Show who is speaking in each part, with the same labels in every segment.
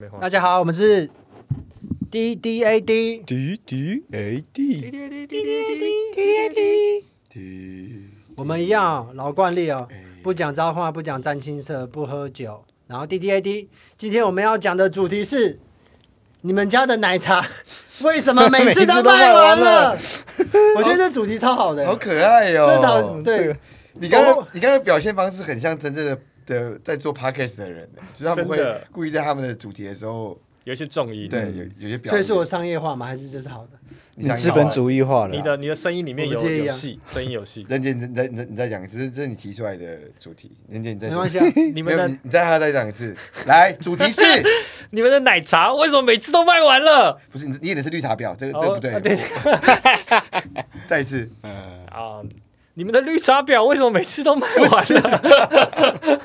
Speaker 1: 没话
Speaker 2: 大家好，我们是 D D A D，
Speaker 1: D D A D
Speaker 2: 我们一样、哦、老惯例哦，不讲脏话，不讲占青色，不喝酒，然后 D D A D。今天我们要讲的主题是你们家的奶茶为什么每次都卖完了？ 我觉得这主题超好的、
Speaker 3: 好可爱哟、
Speaker 2: 这场对，
Speaker 3: 你刚刚
Speaker 2: 哦
Speaker 3: 你刚刚表现方式很像真正的的在做 podcast 的人，就是他们
Speaker 1: 真的嗯
Speaker 3: 会故意在他们的主题的时候，
Speaker 1: 有一些重音，
Speaker 3: 对，有有些表
Speaker 2: 所以
Speaker 3: 演，
Speaker 2: 是我商业化吗？还是这是好的？
Speaker 3: 你想
Speaker 4: 资本主义化了
Speaker 1: 你
Speaker 4: 啦。
Speaker 1: 的你的声音里面
Speaker 2: 我
Speaker 1: 有
Speaker 2: 不介意啊
Speaker 1: 有戏，声音有 戏。
Speaker 3: 啊任杰，你再你再你再讲一次，这这是你提出来的主题，任杰你再
Speaker 2: 没
Speaker 3: 说
Speaker 2: 关
Speaker 3: 一次
Speaker 2: 系啊，
Speaker 1: 你
Speaker 3: 你
Speaker 1: 们的
Speaker 3: 你你再让他再讲一次，来，主题是
Speaker 1: 你们的奶茶为什么每次都卖完了？
Speaker 3: 不是你你演的是绿茶婊？这个这个
Speaker 1: 哦
Speaker 3: 不对，
Speaker 1: 啊对
Speaker 3: 我 再一次，
Speaker 1: 啊，你们的绿茶婊为什么每次都卖完了？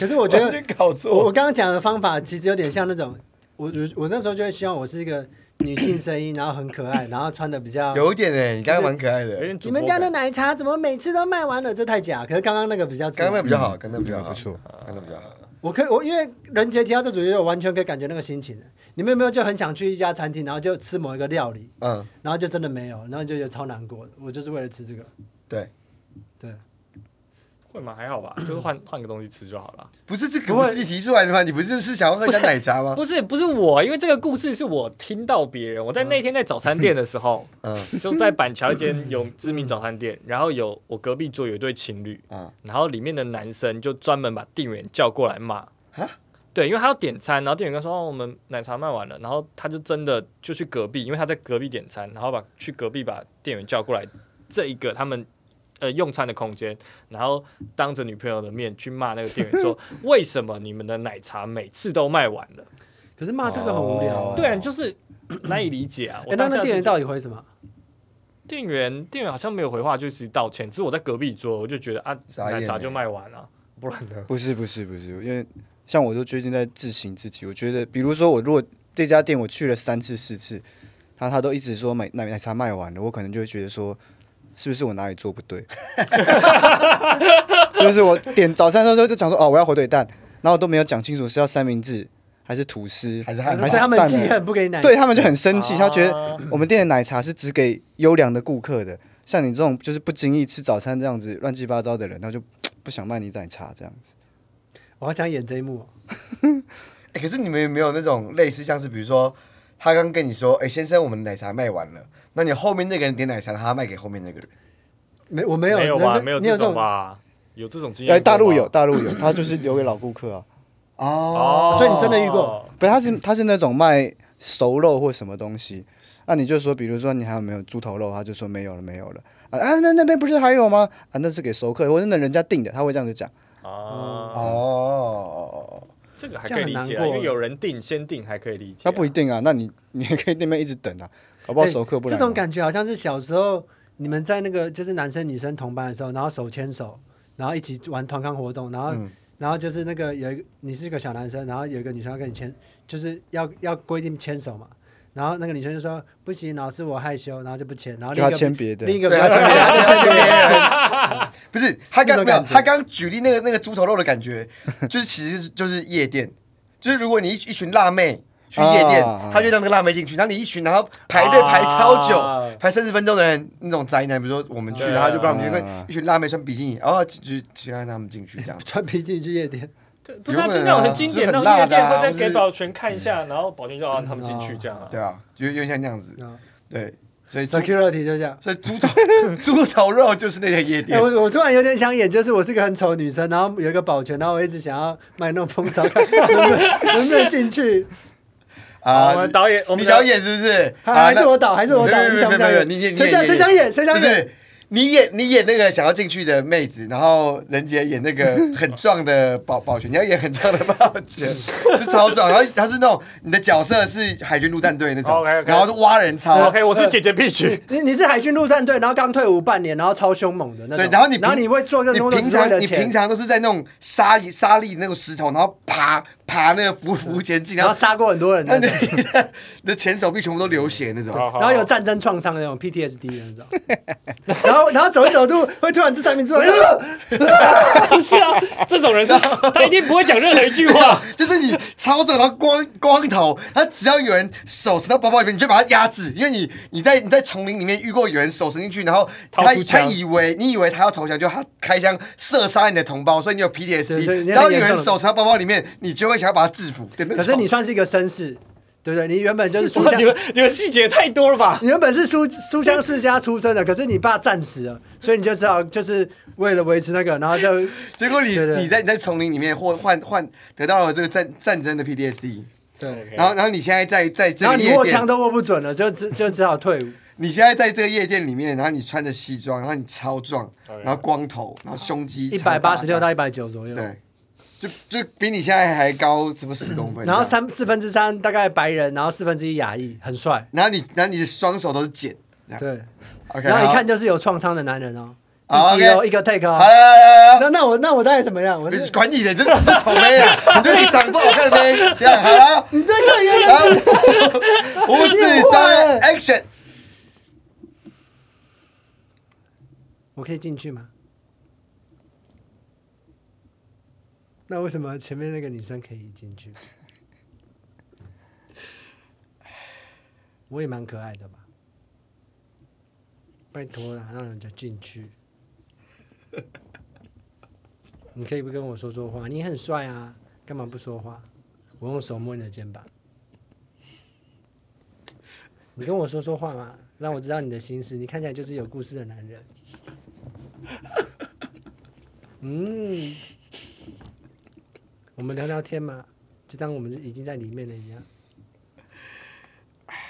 Speaker 2: 可是我
Speaker 3: 我
Speaker 2: 觉得
Speaker 3: 搞
Speaker 2: 我我
Speaker 3: 错，
Speaker 2: 刚刚讲的方法其实有点像那种，我我我那时候就会希望我是一个女性声音，然后很可爱，然后穿的比较。
Speaker 3: 有一点哎，你刚刚蛮可爱
Speaker 1: 有
Speaker 3: 的，
Speaker 1: 点主
Speaker 2: 你
Speaker 1: 播
Speaker 2: 们家的
Speaker 1: 感
Speaker 2: 奶茶怎么每次都卖完了？这太假。可是刚刚那个比较直，
Speaker 3: 刚刚那比较
Speaker 2: 嗯
Speaker 3: 好，刚刚那比较好，
Speaker 4: 不错，
Speaker 3: 刚刚那比较好。
Speaker 2: 我可以，我因为任杰提到这主题，我完全可以感觉那个心情。你们有没有就很想去一家餐厅，然后就吃某一个料理，
Speaker 3: 嗯，
Speaker 2: 然后就真的没有，然后就觉得超难过的。我就是为了吃这个，
Speaker 3: 对，
Speaker 2: 对，
Speaker 1: 会吗？还好 吧，就是换换个东西吃就好了。
Speaker 3: 不是这个
Speaker 2: 不会
Speaker 3: 不是你提出来的吗？你不是是想要喝一下奶茶吗？
Speaker 1: 不是不是我，因为这个故事是我听到别人，我在那天在早餐店的时 候，
Speaker 3: 嗯
Speaker 1: 就在板桥一间有知名早餐店，然后有我隔壁桌有一对情侣，
Speaker 3: 啊，
Speaker 1: 然后里面的男生就专门把店员叫过来骂。对，因为他要点餐，然后店员跟他说、哦：“我们奶茶卖完了。”然后他就真的就去隔壁，因为他在隔壁点餐，然后把去隔壁把店员叫过来，这一个他们呃用餐的空间，然后当着女朋友的面去骂那个店员说：“为什么你们的奶茶每次都卖完了
Speaker 2: 可是骂这个很无聊、啊
Speaker 3: 哦。
Speaker 1: 对啊，就是难以理解啊。我
Speaker 2: 哎、那
Speaker 1: 当下
Speaker 2: 那
Speaker 1: 是
Speaker 2: 店员
Speaker 1: 觉得
Speaker 2: 到底回什么？
Speaker 1: 店员店员好像没有回话，就是道歉。只是我在隔壁桌，我就觉得啊，
Speaker 3: 傻眼
Speaker 1: 奶茶
Speaker 3: 欸
Speaker 1: 就卖完了、不然呢？
Speaker 4: 不是不是不是，因为像我都最近在自省自己，我觉得，比如说我如果这家店我去了三次四次，他他都一直说买奶奶茶卖完了，我可能就会觉得说，是不是我哪里做不对？ 就是我点早餐的时候就讲说哦我要火腿蛋，然后都没有讲清楚是要三明治还是吐司，
Speaker 3: 还是
Speaker 2: 还
Speaker 3: 汉
Speaker 2: 是
Speaker 3: 堡
Speaker 4: 还是
Speaker 2: 他们
Speaker 4: 蛋
Speaker 2: 记
Speaker 4: 呢
Speaker 2: 恨不给你奶？
Speaker 4: 对，他们就很生气，
Speaker 1: 啊
Speaker 4: 他觉得我们店的奶茶是只给优良的顾客的，像你这种就是不经意吃早餐这样子乱七八糟的人，他就不想卖你奶茶这样子。
Speaker 2: 我好想演这一幕、哦。
Speaker 3: 欸可是你们有没有那种类似像是，比如说他刚跟你说，哎、先生，我们奶茶卖完了，那你后面那个人点奶茶，他卖给后面那个人，
Speaker 2: 没，我没有，
Speaker 1: 有
Speaker 2: 人
Speaker 1: 吧？
Speaker 2: 生
Speaker 1: 没有
Speaker 2: 你有
Speaker 1: 这
Speaker 2: 这种
Speaker 1: 种吧？有这种经验过
Speaker 4: 哎，
Speaker 1: 吗？
Speaker 4: 大陆有，大陆有，他就是留给老顾客啊，
Speaker 3: 哦
Speaker 1: 哦，
Speaker 2: 所以你真的遇过？
Speaker 4: 不是，他是他是那种卖熟肉或什么东西，那、你就说，比如说你还有没有猪头肉，他就说没有了，没有了。啊啊，那那边不是还有吗？啊，那是给熟客，或者那人家订的，他会这样子讲。
Speaker 2: 嗯
Speaker 3: 哦
Speaker 1: 哦，
Speaker 3: 哦，
Speaker 1: 这个还可以理
Speaker 2: 这
Speaker 1: 解
Speaker 2: 样很
Speaker 1: 啊，
Speaker 2: 难过
Speaker 1: 因为有人定先定还可以理解啊。
Speaker 4: 那不一定啊，那你你也可以那边一直等啊，搞不好熟客不来
Speaker 2: 哎这
Speaker 4: 嘛、
Speaker 2: 种感觉好像是小时候你们在那个就是男生女生同班的时候，然后手牵手，然后一起玩团康活动，然后、
Speaker 4: 嗯
Speaker 2: 然后就是那个有一个你是一个小男生，然后有一个女生要跟你牵，就是要要规定牵手嘛。然后那个女生就说不行，老师我害羞，然后就不牵。然后
Speaker 4: 就
Speaker 2: 另一
Speaker 4: 要
Speaker 2: 个
Speaker 4: 签别的
Speaker 2: 另一个
Speaker 3: 对，
Speaker 2: 不要
Speaker 3: 他
Speaker 2: 牵
Speaker 3: 前
Speaker 2: 别
Speaker 3: 面
Speaker 2: 人，
Speaker 3: 他前面人， 不是他
Speaker 2: 那
Speaker 3: 刚
Speaker 2: 种
Speaker 3: 没有，
Speaker 2: 感觉
Speaker 3: 他刚举例那个那个猪头肉的感觉，就是其实就是夜店，就是如果你一一群辣妹。去夜店
Speaker 4: 啊，
Speaker 3: 他就让那个辣妹进去，然后你一群，然后排队排超
Speaker 1: 啊
Speaker 3: 久，排三十分钟的人，那种宅男，比如说我们去，
Speaker 1: 对啊
Speaker 3: 然后就不让我们去，
Speaker 4: 啊
Speaker 3: 跟一群辣妹穿比基尼，然后就就让他们进去这样。
Speaker 2: 穿皮筋去夜店，
Speaker 1: 对，不是啊，
Speaker 3: 有可能
Speaker 1: 就
Speaker 3: 啊
Speaker 1: 那种很经典
Speaker 3: 这
Speaker 1: 那
Speaker 3: 很
Speaker 1: 种夜
Speaker 3: 辣的
Speaker 1: 店
Speaker 3: 啊
Speaker 1: 会再
Speaker 3: 或
Speaker 1: 给
Speaker 3: 是
Speaker 1: 保全看一下，然后保全就让他们进去这样啊。
Speaker 3: 对啊，就有点像那样子。
Speaker 2: 嗯
Speaker 3: 对，所以猪
Speaker 2: ，security 就这 样。
Speaker 3: 所以猪头猪头肉就是那个夜
Speaker 2: 哎、
Speaker 3: 店。
Speaker 2: 我我突然有点想演，就是我是个很丑的女生，然后有一个保全，然后我一直想要卖弄风骚，看能不 能能不能进去。
Speaker 1: 好
Speaker 3: 啊，
Speaker 1: 哦我
Speaker 2: 哦
Speaker 1: 们导演，我
Speaker 3: 你
Speaker 1: 们
Speaker 3: 想演是不是？
Speaker 2: 还还是我
Speaker 3: 倒，
Speaker 2: 倒，还是我倒，
Speaker 3: 没有
Speaker 2: 你想不想
Speaker 3: 没有
Speaker 2: 演？
Speaker 3: 没有没有你演
Speaker 2: 谁
Speaker 3: 你
Speaker 2: 想谁想演？谁
Speaker 3: 不
Speaker 2: 想演？
Speaker 3: 是你演你演那个想要进去的妹子，然后任杰演 那个很壮的保保全，你要演很壮的保全，是超壮，然后他是那种你的角色是海军陆战队那
Speaker 2: 哦
Speaker 3: 种，
Speaker 1: OK，OK
Speaker 3: 然后是挖人超，
Speaker 1: OK，我是姐姐必须。
Speaker 2: 你你是海军陆战队，然后刚退伍半年，然后超凶猛的那种。
Speaker 3: 对，然后你平
Speaker 2: 然后你会做这
Speaker 3: 你
Speaker 2: 种工作
Speaker 3: 平
Speaker 2: 只为
Speaker 3: 常
Speaker 2: 了
Speaker 3: 你平
Speaker 2: 钱，
Speaker 3: 常都是在那种沙沙砾那种石头，然后爬爬那个浮
Speaker 2: 嗯
Speaker 3: 浮前进，然
Speaker 2: 然
Speaker 3: 后
Speaker 2: 后杀过很多人
Speaker 3: 那
Speaker 2: 那
Speaker 3: 你
Speaker 2: 种，
Speaker 3: 的你的前手臂全部都流血那种。
Speaker 1: 好好
Speaker 2: 然后有战争创伤的那种 PTSD 的那种。然后然后走一走路会突然这三 明治，
Speaker 1: 不是啊，这种人 是他一定不会讲任何一句话。
Speaker 3: 就是你超重，然后光光头，他只要有人手伸到包包里面，你就把他压制，因为你你在你在丛林里面遇过有人手伸进去，然后
Speaker 1: 掏
Speaker 3: 他
Speaker 1: 出
Speaker 3: 他
Speaker 1: 枪
Speaker 3: 以为你以为他要投降，就他开枪射杀你的同胞，所以你有
Speaker 2: 对对
Speaker 3: PTSD。
Speaker 2: 你
Speaker 3: 只
Speaker 2: 很
Speaker 3: 要有
Speaker 2: 严
Speaker 3: 人
Speaker 2: 重的
Speaker 3: 手伸到包包里面，你就会想要把他制服。对不对？
Speaker 2: 可是你算是一个绅士，对不对？你原本就是书
Speaker 1: 哇，
Speaker 2: 香
Speaker 1: 你，们你们细节也太多了吧？
Speaker 2: 你原本是书书香世家出身的，可是你爸战死了，所以你就知道就是为了维持那个，然后就
Speaker 3: 结果你
Speaker 2: 对对
Speaker 3: 你在你在丛林里面或换换得到了这个战战争的 PTSD，
Speaker 2: 对，
Speaker 3: 然后然后你现在在在这
Speaker 2: 然后
Speaker 3: 个
Speaker 2: 你
Speaker 3: 夜
Speaker 2: 握枪
Speaker 3: 店，
Speaker 2: 都握不准了，就只就只好退伍。
Speaker 3: 你现在在这个夜店里面，然后你穿着西装，然后你超壮，然后光头，然后胸肌
Speaker 2: 一百八十六
Speaker 3: 超大
Speaker 2: 到一百九左右，
Speaker 3: 对，就就比你现在还高什么十公分，
Speaker 2: 嗯然后
Speaker 3: 这样
Speaker 2: 三四分之三大概白人，然后四分之一亚裔，很帅。
Speaker 3: 然后你然后你的双手都是茧这样
Speaker 2: 对，
Speaker 3: ，OK，
Speaker 2: 然后一
Speaker 3: 好
Speaker 2: 看就是有创伤的男人哦，
Speaker 3: 好
Speaker 2: 一集哦
Speaker 3: OK
Speaker 2: 一个 take
Speaker 3: 好
Speaker 2: 哦。
Speaker 3: 来来来
Speaker 2: 那那我那我大概怎么样？我是
Speaker 3: 来，管你的， 这这丑妹啊，你就是长不好 看呗，这样好了，
Speaker 2: 你对这个
Speaker 3: 然 后五四三 action。
Speaker 2: 我可以进去吗？那为什么前面那个女生可以进去？ 我也蛮可爱的吧？拜托啦，让人家进去。 你可以不跟我说说话，你很帅啊，干嘛不说话？我用手摸你的肩膀，你跟我说说话嘛，让我知道你的心思。你看起来就是有故事的男人。 嗯，我们聊聊天嘛，就当我们是已经在里面了一样。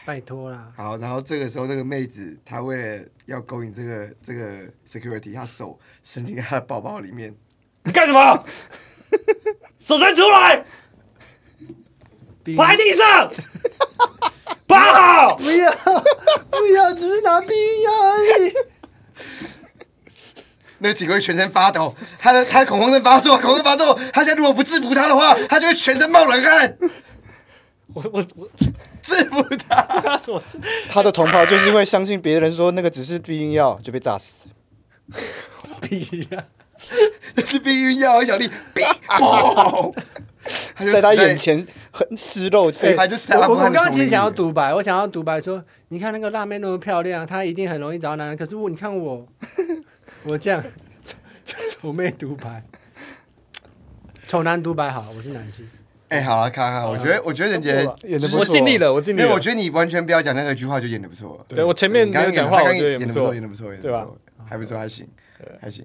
Speaker 2: 拜托啦，
Speaker 3: 好，然后这个时候那个妹子，她为了要勾引这个这个 security，她手伸进她的包包里面，
Speaker 1: 你干什么？手伸出来，
Speaker 2: 不
Speaker 1: 趴在地 上，趴好。
Speaker 2: 不要不要，只是拿冰而已。
Speaker 3: 那个警卫全身发抖，她的她的恐慌症发作，恐慌症发作，她现在如果不制服她的话，她就会全身冒冷汗，
Speaker 1: 我我我，
Speaker 3: 制服她。
Speaker 1: 他说
Speaker 4: 他的同袍就是因为相信别人说那个只是避孕药就被炸死。
Speaker 2: 屁呀、
Speaker 3: 这是避孕药，小 丽，哔嘣，她就
Speaker 4: 在
Speaker 2: 哎
Speaker 4: 他
Speaker 3: 死
Speaker 4: 眼，前很吃肉
Speaker 3: 对
Speaker 4: 非
Speaker 3: 她就死在
Speaker 2: 我
Speaker 3: 阿
Speaker 2: 我
Speaker 3: 富
Speaker 2: 我
Speaker 3: 汗
Speaker 2: 刚
Speaker 3: 的丛
Speaker 2: 刚
Speaker 3: 林
Speaker 2: 其实
Speaker 3: 里
Speaker 2: 想要
Speaker 3: 面。
Speaker 2: 独白，我想要独白说，你看那个辣妹那么漂亮，她一定很容易找到男人。可是我，你看我，我这样，就丑妹独白，丑男独白好，我是男性。
Speaker 3: 哎，好了，看看，我觉得我觉得人杰，
Speaker 4: 演的不错。
Speaker 1: 我尽力，了，我尽
Speaker 3: 因
Speaker 1: 力
Speaker 3: 为
Speaker 1: 了
Speaker 3: 我。觉得你完全不要讲任何一句话就演的不错了。
Speaker 1: 对我前面
Speaker 3: 你
Speaker 1: 没
Speaker 3: 刚
Speaker 1: 有
Speaker 3: 刚演
Speaker 1: 讲
Speaker 3: 得
Speaker 1: 话，
Speaker 3: 他
Speaker 1: 我
Speaker 3: 刚
Speaker 1: 觉得也
Speaker 3: 演的
Speaker 1: 不错
Speaker 3: 演。的不错，演的
Speaker 1: 对
Speaker 3: 不
Speaker 1: 吧
Speaker 3: 错，还不错，还行，还行。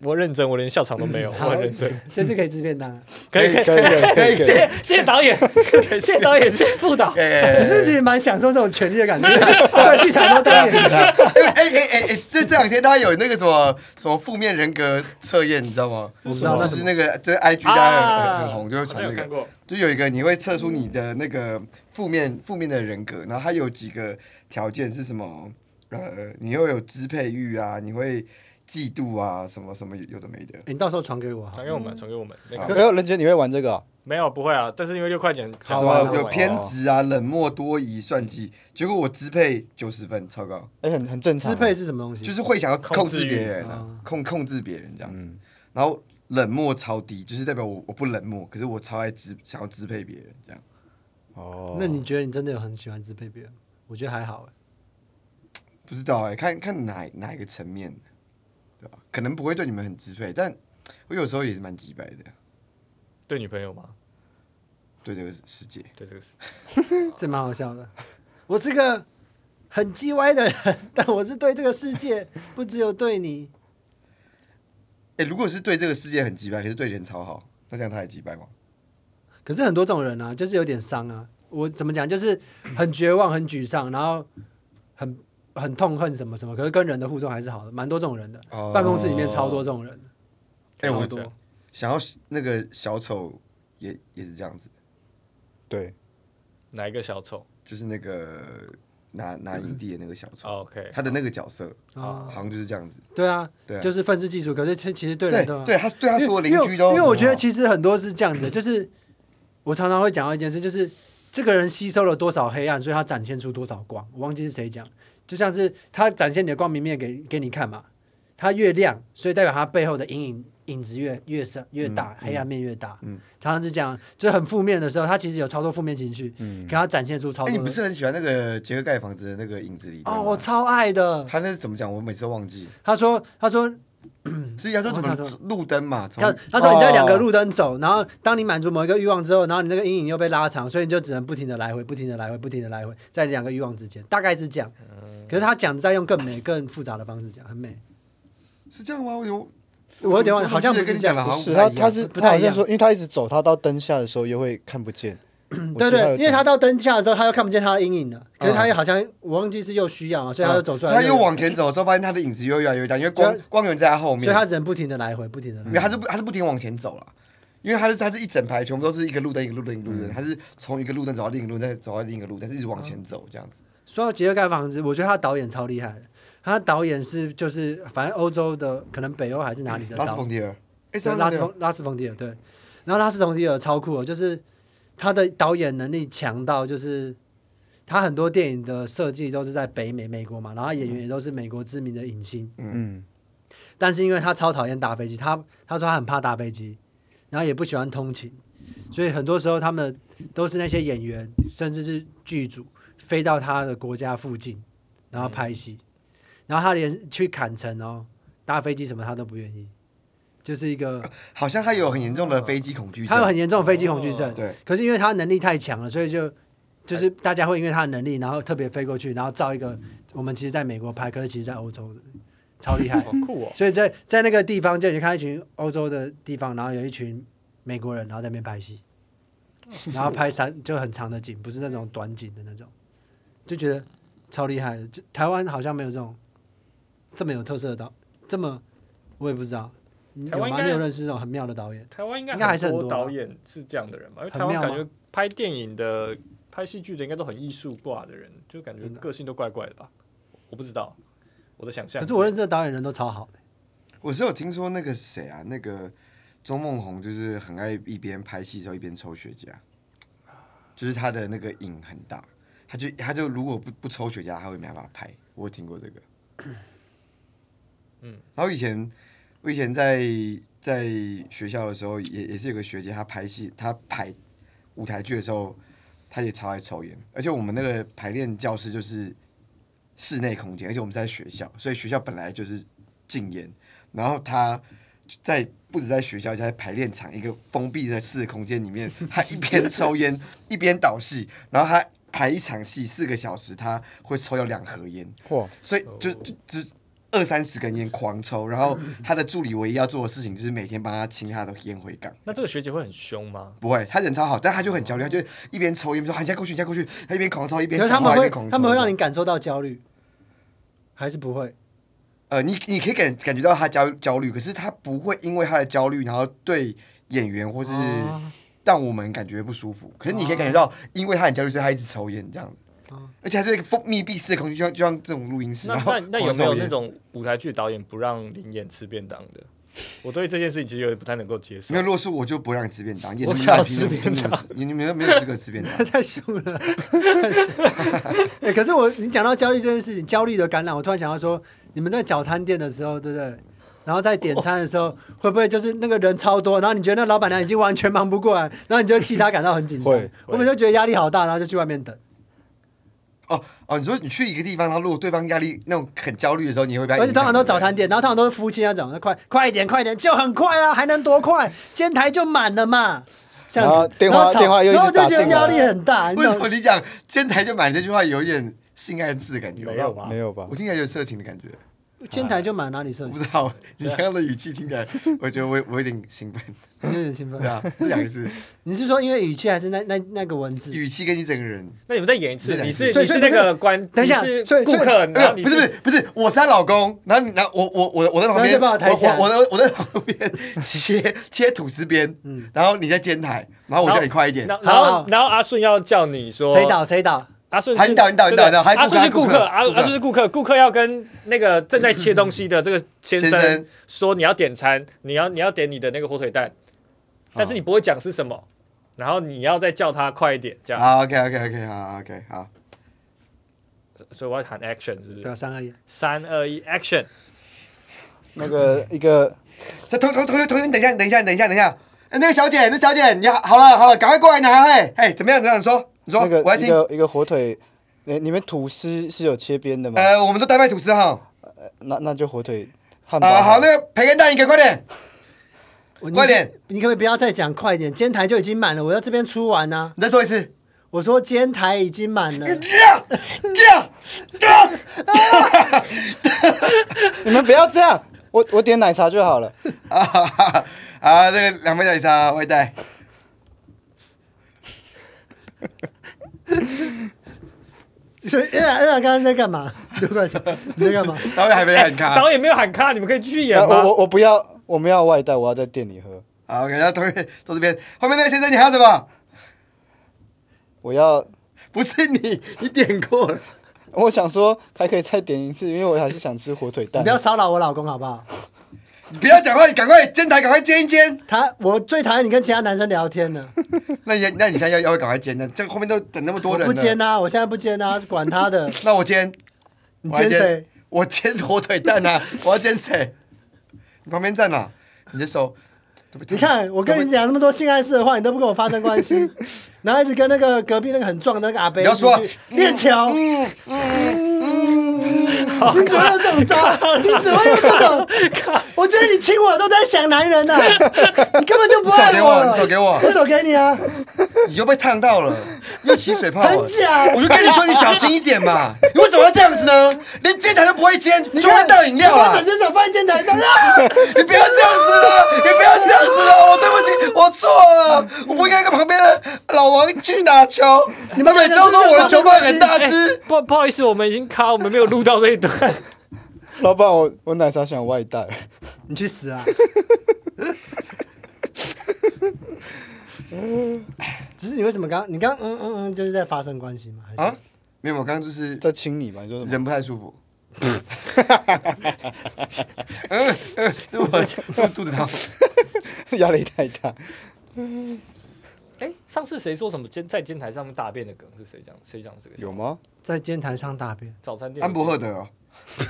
Speaker 1: 我认真，我连笑场都没有，我
Speaker 2: 好
Speaker 1: 很认真。，
Speaker 2: 这次可以吃便 当。你
Speaker 1: 可以可以，
Speaker 4: 可以可以
Speaker 1: 谢谢谢谢导演，谢谢导演，谢谢副导。
Speaker 3: 哎
Speaker 2: 是不是其实蛮享受这种权利的 感觉？在剧场都当演员，
Speaker 3: 哎哎哎哎哎，这这两天大家有那个什么什么负面人格测验，你知道吗？
Speaker 2: 我不知道那
Speaker 3: 就
Speaker 2: 什
Speaker 3: 是
Speaker 2: 么
Speaker 3: 那个，就是 IG 大家很很红，就会传
Speaker 1: 啊我有
Speaker 3: 那
Speaker 1: 看
Speaker 3: 个，
Speaker 1: 过，
Speaker 3: 就有一个你会测出你的那个负面负面的人格，然后它有几个条件是什么？呃，你又有支配欲啊，你会嫉妒啊，什么什么有的没的。
Speaker 2: 你到时候传给我哈
Speaker 1: 传。给我
Speaker 3: 嗯
Speaker 1: 们，传给我们。没看过
Speaker 4: 哎呦，人杰你会玩这个哦？
Speaker 1: 没有不会啊，但是因为六块钱，
Speaker 3: 什
Speaker 1: 好
Speaker 2: 啊
Speaker 3: 么有偏执啊、冷漠、多疑、算计，结果我支配九十分，超高。
Speaker 4: 哎，很很正常。
Speaker 2: 支配是什么东西？
Speaker 3: 就是会想要控
Speaker 1: 控制
Speaker 3: 制
Speaker 1: 欲
Speaker 3: 别人啊，
Speaker 2: 嗯
Speaker 3: 控控制别人这样子，然后冷漠超低，就是代表我我不冷漠，可是我超爱支想要支配别人这样。
Speaker 4: 哦，
Speaker 2: 那你觉得你真的有很喜欢支配别人？我觉得还好欸
Speaker 3: 不知道哎、看看哪哪一个层面，对吧？可能不会对你们很支配，但我有时候也是蛮击败的，
Speaker 1: 对女朋友吗？
Speaker 3: 对这个世界。
Speaker 1: 对这个是
Speaker 2: 这蛮好笑的。哦我是个很叽歪的人，但我是对这个世界，不只有对你。
Speaker 3: 哎、如果是对这个世界很击败，可是对人超好，那这样他也击败吗？
Speaker 2: 可是很多这种人啊，就是有点伤啊。我怎么讲，就是很绝望、很沮丧，然后很很痛恨什么什么。可是跟人的互动还是好的，蛮多这种人的。
Speaker 3: 哦
Speaker 2: 办公室里面超多这种人，
Speaker 3: 哎、
Speaker 2: 超
Speaker 3: 我
Speaker 2: 多。
Speaker 3: 想要那个小丑也也是这样子，
Speaker 4: 对，
Speaker 1: 哪一个小丑
Speaker 3: 就是那个拿拿影帝的那个小丑，
Speaker 1: 哦？OK，
Speaker 3: 他的那个角色
Speaker 2: 哦
Speaker 3: 好像就是这样子。
Speaker 2: 对啊，
Speaker 3: 对啊
Speaker 2: 就是愤世嫉俗。可是其其实对
Speaker 3: 对
Speaker 2: 人都
Speaker 3: 对，他对他所有
Speaker 2: 因为
Speaker 3: 邻居都哦
Speaker 2: 因为我觉得
Speaker 3: 实
Speaker 2: 其实很多是这样子的，就是我常常会讲到一件事，就是这个人吸收了多少黑暗，所以他展现出多少光。我忘记是谁讲，就像是他展现你的光明面给给你看嘛，他越亮，所以代表他背后的阴影影子越越深越大，黑暗面越大。
Speaker 4: 嗯
Speaker 2: 常常是这样，就是很负面的时候，他其实有超多负面情绪，
Speaker 4: 嗯
Speaker 2: 给他展现出超多
Speaker 3: 哎、你
Speaker 2: 的。
Speaker 3: 不是很喜欢那个杰克盖房子的那个影子里面吗
Speaker 2: 哦，我超爱的。
Speaker 3: 他那是怎么讲？我每次都忘记。
Speaker 2: 他说，他说
Speaker 3: 是他说怎
Speaker 2: 嗯我
Speaker 3: 么
Speaker 2: 知道知
Speaker 3: 路灯嘛？从哦
Speaker 2: 他他说你在两个路灯走，然后当你满足某一个欲望之后，然后你那个阴影又被拉长，所以你就只能不停的来回，不停的来回，不停的来回，在两个欲望之间，大概是这样。
Speaker 3: 嗯
Speaker 2: 可是他讲是在用更美、更复杂的方式讲，很美。
Speaker 3: 是这样吗？我有
Speaker 2: 我有点忘了，
Speaker 3: 我记得
Speaker 2: 好像不
Speaker 3: 跟
Speaker 2: 是
Speaker 3: 你
Speaker 2: 这样
Speaker 3: 讲了，。好像
Speaker 4: 是
Speaker 3: 不太
Speaker 4: 他
Speaker 2: 不太
Speaker 4: 他是他好
Speaker 3: 一样
Speaker 2: 一样
Speaker 4: 像说，因为他一直走，他到灯下的时候又会看不 见。
Speaker 2: 嗯
Speaker 4: 我
Speaker 2: 对
Speaker 4: 记得有
Speaker 2: 对，因为
Speaker 4: 讲
Speaker 2: 他到灯下的时候，他又看不见他的阴影了。可是他又好像我忘记是又需要啊，所以他就走出来。
Speaker 3: 嗯他又往前走的时候，发现他的影子又越来越大，因为光
Speaker 2: 对
Speaker 3: 光源在他后
Speaker 2: 所
Speaker 3: 面，嗯
Speaker 2: 以他只能不停的来回，不停的来
Speaker 3: 没有，
Speaker 2: 回。
Speaker 3: 他是不他是不停往前走了。因为他是他是一整排，全部都是一个路灯，一个路灯，一个
Speaker 2: 嗯
Speaker 3: 路灯。他是从一个路灯走到另一个路灯，再走到另一个路灯，一直往前走这样子。
Speaker 2: 说到杰克盖房子，我觉得他导演超厉害的。他导演是就是反正欧洲的，可能北欧还是哪里的
Speaker 3: 拉斯
Speaker 2: 导
Speaker 3: 冯迪尔，哎，是
Speaker 2: 对拉斯
Speaker 3: 冯
Speaker 2: 冯拉斯冯迪尔对，然后拉斯冯迪尔超酷哦，就是他的导演能力强到就是他很多电影的设计都是在北美美国嘛，然后演员也都是美国知名的影星，
Speaker 4: 嗯，
Speaker 2: 但是因为他超讨厌搭飞机，他他说他很怕搭飞机，然后也不喜欢通勤，所以很多时候他们都是那些演员甚至是剧组飞到他的国家附近，然后拍戏，然后他连去坎城哦搭飞机什么他都不愿意，就是一个。
Speaker 3: 好像他有很严重的飞机恐惧症。
Speaker 2: 他有很严重的飞机恐惧症，
Speaker 3: 对，
Speaker 2: 可是因为他能力太强了，所以就就是大家会因为他的能力，然后特别飞过去，然后造一个我们其实在美国拍，可是其实在欧洲的，超厉害。
Speaker 1: 好酷哦！
Speaker 2: 所以在在那个地方，就你看一群欧洲的地方，然后有一群美国人，然后在那边拍戏，然后拍三就很长的景，不是那种短景的那种，就觉得超厉害的。就台湾好像没有这种这么有特色的导，这么我也不知道，你
Speaker 1: 台
Speaker 2: 有
Speaker 1: 湾应
Speaker 2: 吗？
Speaker 1: 该
Speaker 2: 你有认识这种很妙的导演？
Speaker 1: 台湾应该
Speaker 2: 应该还是很多啊
Speaker 1: 多导演是这样的人吧？因为台
Speaker 2: 很
Speaker 1: 湾
Speaker 2: 妙吗
Speaker 1: 感觉拍电影的、拍戏剧的应该都很艺术挂的人，就感觉
Speaker 2: 真的啊
Speaker 1: 个性都怪怪的吧？我不知道，我的想象。
Speaker 2: 可是我认识的导演人都超好。
Speaker 3: 我是有听说那个谁啊，那个周梦红就是很爱一边拍戏的时候一边抽雪茄，啊就是他的那个瘾很大，他就他就如果不不抽雪茄，他会没办法拍。我有听过这个，嗯，然后以前我以前在在学校的时候也也是有个学姐，她拍戏，她排舞台剧的时候，她也超爱抽烟，而且我们那个排练教室就是室内空间，而且我们是在学校，所以学校本来就是禁烟。然后他在不止在学校，在排练场一个封闭的室的空间里面，他一边抽烟 一边导戏，然后他排一场戏四个小时，他会抽掉两盒烟，
Speaker 4: 哇，
Speaker 3: 所以就就就二三十根烟狂抽。然后他的助理唯一要做的事情就是每天帮他清他的烟灰缸。
Speaker 1: 那这个学姐会很凶 吗？
Speaker 3: 不会，他人超好，但他就很焦虑，他就一边抽烟说：“喊下过去，你现在过去。”他一边狂抽，一边
Speaker 2: 可是他
Speaker 3: 讲
Speaker 2: 们
Speaker 3: 话，一
Speaker 2: 会
Speaker 3: 边狂抽。
Speaker 2: 他们会让你感受到焦虑，还是不 会？
Speaker 3: 呃，你你可以感感觉到他焦焦虑，可是他不会因为他的焦虑，然后对演员或是
Speaker 1: 哦
Speaker 3: 让我们感觉不舒服。可是你可以感觉到，因为他很焦虑，所以他一直抽烟这样子
Speaker 2: 哦。。
Speaker 3: 而且还是一个封密闭式的空间，就像就像这种录音室，
Speaker 1: 那
Speaker 3: 然后
Speaker 1: 那那有
Speaker 3: 狂
Speaker 1: 没有
Speaker 3: 抽
Speaker 1: 那
Speaker 3: 烟。
Speaker 1: 种舞台剧导演不让灵演吃便当的？ 我对这件事情其实有点不太能够接受
Speaker 3: 没有，。如果是我就不让你吃便当，演
Speaker 1: 我
Speaker 3: 技
Speaker 1: 想要
Speaker 3: 烂
Speaker 1: 吃便当，
Speaker 3: 你你没有没有资格吃便当
Speaker 2: 太凶了。 哎、可是我你讲到焦虑这件事情，焦虑的感染，我突然想到说，你们在早餐店的时候，对不对？然后在点餐的时候，会不会就是那个人超多，然后你觉得那老板娘已经完全忙不过来，然后你就替她感到很紧张
Speaker 4: 会会，
Speaker 2: 我们就觉得压力好大，然后就去外面等。
Speaker 3: 哦哦，你说你去一个地方，然后如果对方压力那种很焦虑的时候，你也会被他
Speaker 2: 而且
Speaker 3: 影响
Speaker 2: 通常都
Speaker 3: 对不对
Speaker 2: 早餐店，然后通常都是夫妻那种，那快快一点，快一点，就很快啊，还能多快？煎台就满了嘛。这样
Speaker 4: 然后
Speaker 2: 子，
Speaker 4: 电话
Speaker 2: 然后吵
Speaker 4: 电话又一直
Speaker 2: 然后就
Speaker 4: 打
Speaker 2: 觉
Speaker 4: 进
Speaker 2: 得
Speaker 4: 来
Speaker 2: 压力很大，你
Speaker 3: 为
Speaker 2: 懂
Speaker 3: 什么你讲“煎台就满”这句话有一点性暗示的感觉？
Speaker 1: 没有吧
Speaker 4: 没有吧
Speaker 3: 我？听起来有色情的感觉。
Speaker 2: 天台就满哪里设
Speaker 3: 我
Speaker 2: 计
Speaker 3: 不，知道，你刚刚的语气听起来，我觉得我我有点兴奋。
Speaker 2: 你有点兴奋
Speaker 3: 对。啊，这两个字，
Speaker 2: 你是说因为语气还是那那那个文字？
Speaker 3: 语气跟你整个人。
Speaker 1: 那你们再演一次，
Speaker 3: 那
Speaker 1: 你
Speaker 3: 两
Speaker 1: 是
Speaker 2: 所
Speaker 1: 你
Speaker 2: 以所
Speaker 1: 是
Speaker 2: 以
Speaker 1: 那
Speaker 2: 不是
Speaker 1: 个观，
Speaker 2: 等一下
Speaker 1: 你是
Speaker 2: 所以
Speaker 1: 顾
Speaker 2: 所以
Speaker 1: 客，
Speaker 3: 没
Speaker 1: 然
Speaker 3: 有
Speaker 1: 后，你
Speaker 3: 不是不是不是，我是她老公，然后你，然后我我我我在旁
Speaker 2: 然后就
Speaker 3: 边，
Speaker 2: 把我抬起来
Speaker 3: 我我我在我在旁边切切吐司边，然后你在煎台，然后我叫你快一点，
Speaker 1: 然后
Speaker 2: 好
Speaker 1: 然
Speaker 2: 好
Speaker 1: 后然后阿顺要叫你说
Speaker 2: 谁倒谁倒？
Speaker 1: 阿啊顺
Speaker 3: 好
Speaker 1: 是
Speaker 3: 你倒你倒你倒
Speaker 1: 对
Speaker 3: 你倒还
Speaker 1: 阿顺是
Speaker 3: 顾
Speaker 1: 顾
Speaker 3: 客
Speaker 1: 客，
Speaker 3: 还
Speaker 1: 阿
Speaker 3: 顾客
Speaker 1: 阿顺是顾客，顾客要跟那个正在切东西的这个先
Speaker 3: 先
Speaker 1: 生
Speaker 3: 生哦
Speaker 1: 说你要点餐，你要你要点你的那个火腿蛋，但是你不会讲是什么，然后你要再叫他快一点，这样，
Speaker 3: 好，OK，OK，OK，好，OK，好。
Speaker 1: 所以我要喊 action 是不
Speaker 2: 对
Speaker 1: 是？
Speaker 2: 啊，三二一，
Speaker 1: 三二一 action！
Speaker 4: 那个一个
Speaker 3: 他同同同学同学，你等一下，你等一下，你等一下，等一下。哎，那个小姐，那小姐，你好好了好了，赶快过来拿，嘿，嘿，怎么样？怎么样？你说，你说，
Speaker 4: 那个
Speaker 3: 我来
Speaker 4: 一
Speaker 3: 听。
Speaker 4: 个一个火腿，你你们吐司是有切边的吗？
Speaker 3: 呃，我们都丹麦吐司哈。
Speaker 4: 那那就火腿汉堡
Speaker 3: 呃啊，好，
Speaker 4: 了
Speaker 3: 那个培根蛋一个，快点。
Speaker 2: 我
Speaker 3: 快点！
Speaker 2: 你你可不可以不要再讲快点？煎台就已经满了，我要这边出完呢、
Speaker 3: 你再说一次。
Speaker 2: 我说煎台已经满了，
Speaker 3: 呀呀呀！
Speaker 4: 你们不要这样，我我点奶茶就好了。
Speaker 3: 啊哈哈！ 啊，那个两杯奶茶外带。
Speaker 2: 所以呃呃，刚刚在干嘛？刘冠强，你在干嘛？
Speaker 3: 导演还没喊卡。
Speaker 2: 哎
Speaker 1: 导演没有喊卡，你们可以继续演
Speaker 4: 啊我
Speaker 1: 吗？
Speaker 4: 我我不要，我们要外带，我要在店里喝。
Speaker 3: 好，OK，那同学坐这边，后面那个先生，你还要什么？
Speaker 4: 我要，
Speaker 3: 不是你，你点过了。
Speaker 4: 我想说还可以再点一次，因为我还是想吃火腿
Speaker 2: 你
Speaker 4: 蛋
Speaker 2: 不。要骚扰我老公好不好？
Speaker 3: 你不要讲话，你赶快煎台，赶快煎一煎。
Speaker 2: 他，我最讨厌你跟其他男生聊天了。
Speaker 3: 那你 那你现在要要赶快煎呢？这个后面都等那么多
Speaker 2: 我
Speaker 3: 人
Speaker 2: 不
Speaker 3: 了。
Speaker 2: 煎啊，我现在不煎啊，管他 的。
Speaker 3: 那我煎。你
Speaker 2: 我还煎谁？
Speaker 3: 我煎火腿蛋啊！ 我要煎谁？你旁边站啊！你的手，对不对
Speaker 2: 你看，我跟你讲那么多性暗示的话，你都不跟我发生关 系，然后一直跟那个隔壁那个很壮的那个阿伯
Speaker 3: 不要说啊
Speaker 2: 一起去练球，
Speaker 3: 嗯
Speaker 2: 你怎么用这种招？ 你怎么用这种？我觉得你亲我都在想男人呢、啊 你根本就不爱
Speaker 3: 你手给
Speaker 2: 我
Speaker 3: 我你手给我
Speaker 2: 我手给你啊！
Speaker 3: 你又被烫到了，又起水泡了。
Speaker 2: 很假
Speaker 3: 我就啊跟你说，你小心一点嘛！你为什么要这样子呢？连煎台都不会煎，
Speaker 2: 你
Speaker 3: 就会倒饮料
Speaker 2: 我
Speaker 3: 啊
Speaker 2: 转！身手放在肩台上啊！
Speaker 3: 你不要这样子了，你不要这样子了，我对不起，我错了，我不应该跟旁边的老王去打球。你们每次都说我的球棒很大只，
Speaker 1: 哎不不好意思，我们已经卡，我们没有录到这一段。
Speaker 4: 老板，我我奶茶想外带。
Speaker 2: 你去死啊！ 只是你为什么刚你刚嗯嗯嗯就是在发生关系吗？还是
Speaker 3: 啊？没有，我刚刚就是
Speaker 4: 在亲你嘛？你说什么？
Speaker 3: 人不太舒服。嗯嗯，我肚子疼。
Speaker 4: 压力太大。
Speaker 1: 哎，上次谁说什么监在监台上面大便的梗是谁讲？谁讲这个？
Speaker 4: 有吗？
Speaker 2: 在肩台上大便？
Speaker 1: 早餐店
Speaker 3: 安博赫德哦，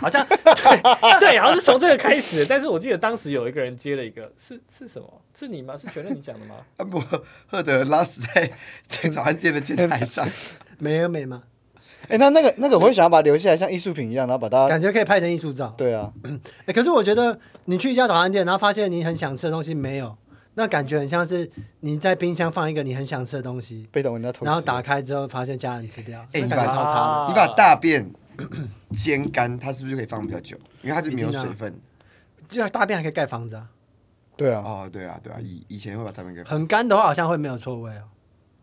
Speaker 1: 好像对对，好像是从这个开始。但是我记得当时有一个人接了一个，是是什么？是你吗？是全任你讲的吗？
Speaker 3: 安博赫德拉死在 这早餐店的煎台上。
Speaker 2: 美而美吗？
Speaker 4: 哎、那那个那个，我会想要把它留下来，像艺术品一样，然后把它……
Speaker 2: 感觉可以拍成艺术照。
Speaker 4: 对啊，
Speaker 2: 欸，可是我觉得你去一家早餐店，然后发现你很想吃的东西没有，那感觉很像是你在冰箱放一个你很想吃的东西，
Speaker 4: 被人家偷吃。
Speaker 2: 然后打开之后发现家人吃掉，
Speaker 3: 欸
Speaker 2: 那
Speaker 3: 你
Speaker 2: 感觉
Speaker 3: 把
Speaker 2: 超差的。
Speaker 1: 啊
Speaker 3: 你把大便煎干，它是不是就可以放比较久？因为它就没有水分。
Speaker 2: 就大便还可以盖房子啊，
Speaker 4: 对啊，
Speaker 3: 哦，对啊，对啊，以以前会把大便给
Speaker 2: 很干的话好像会没有错味哦，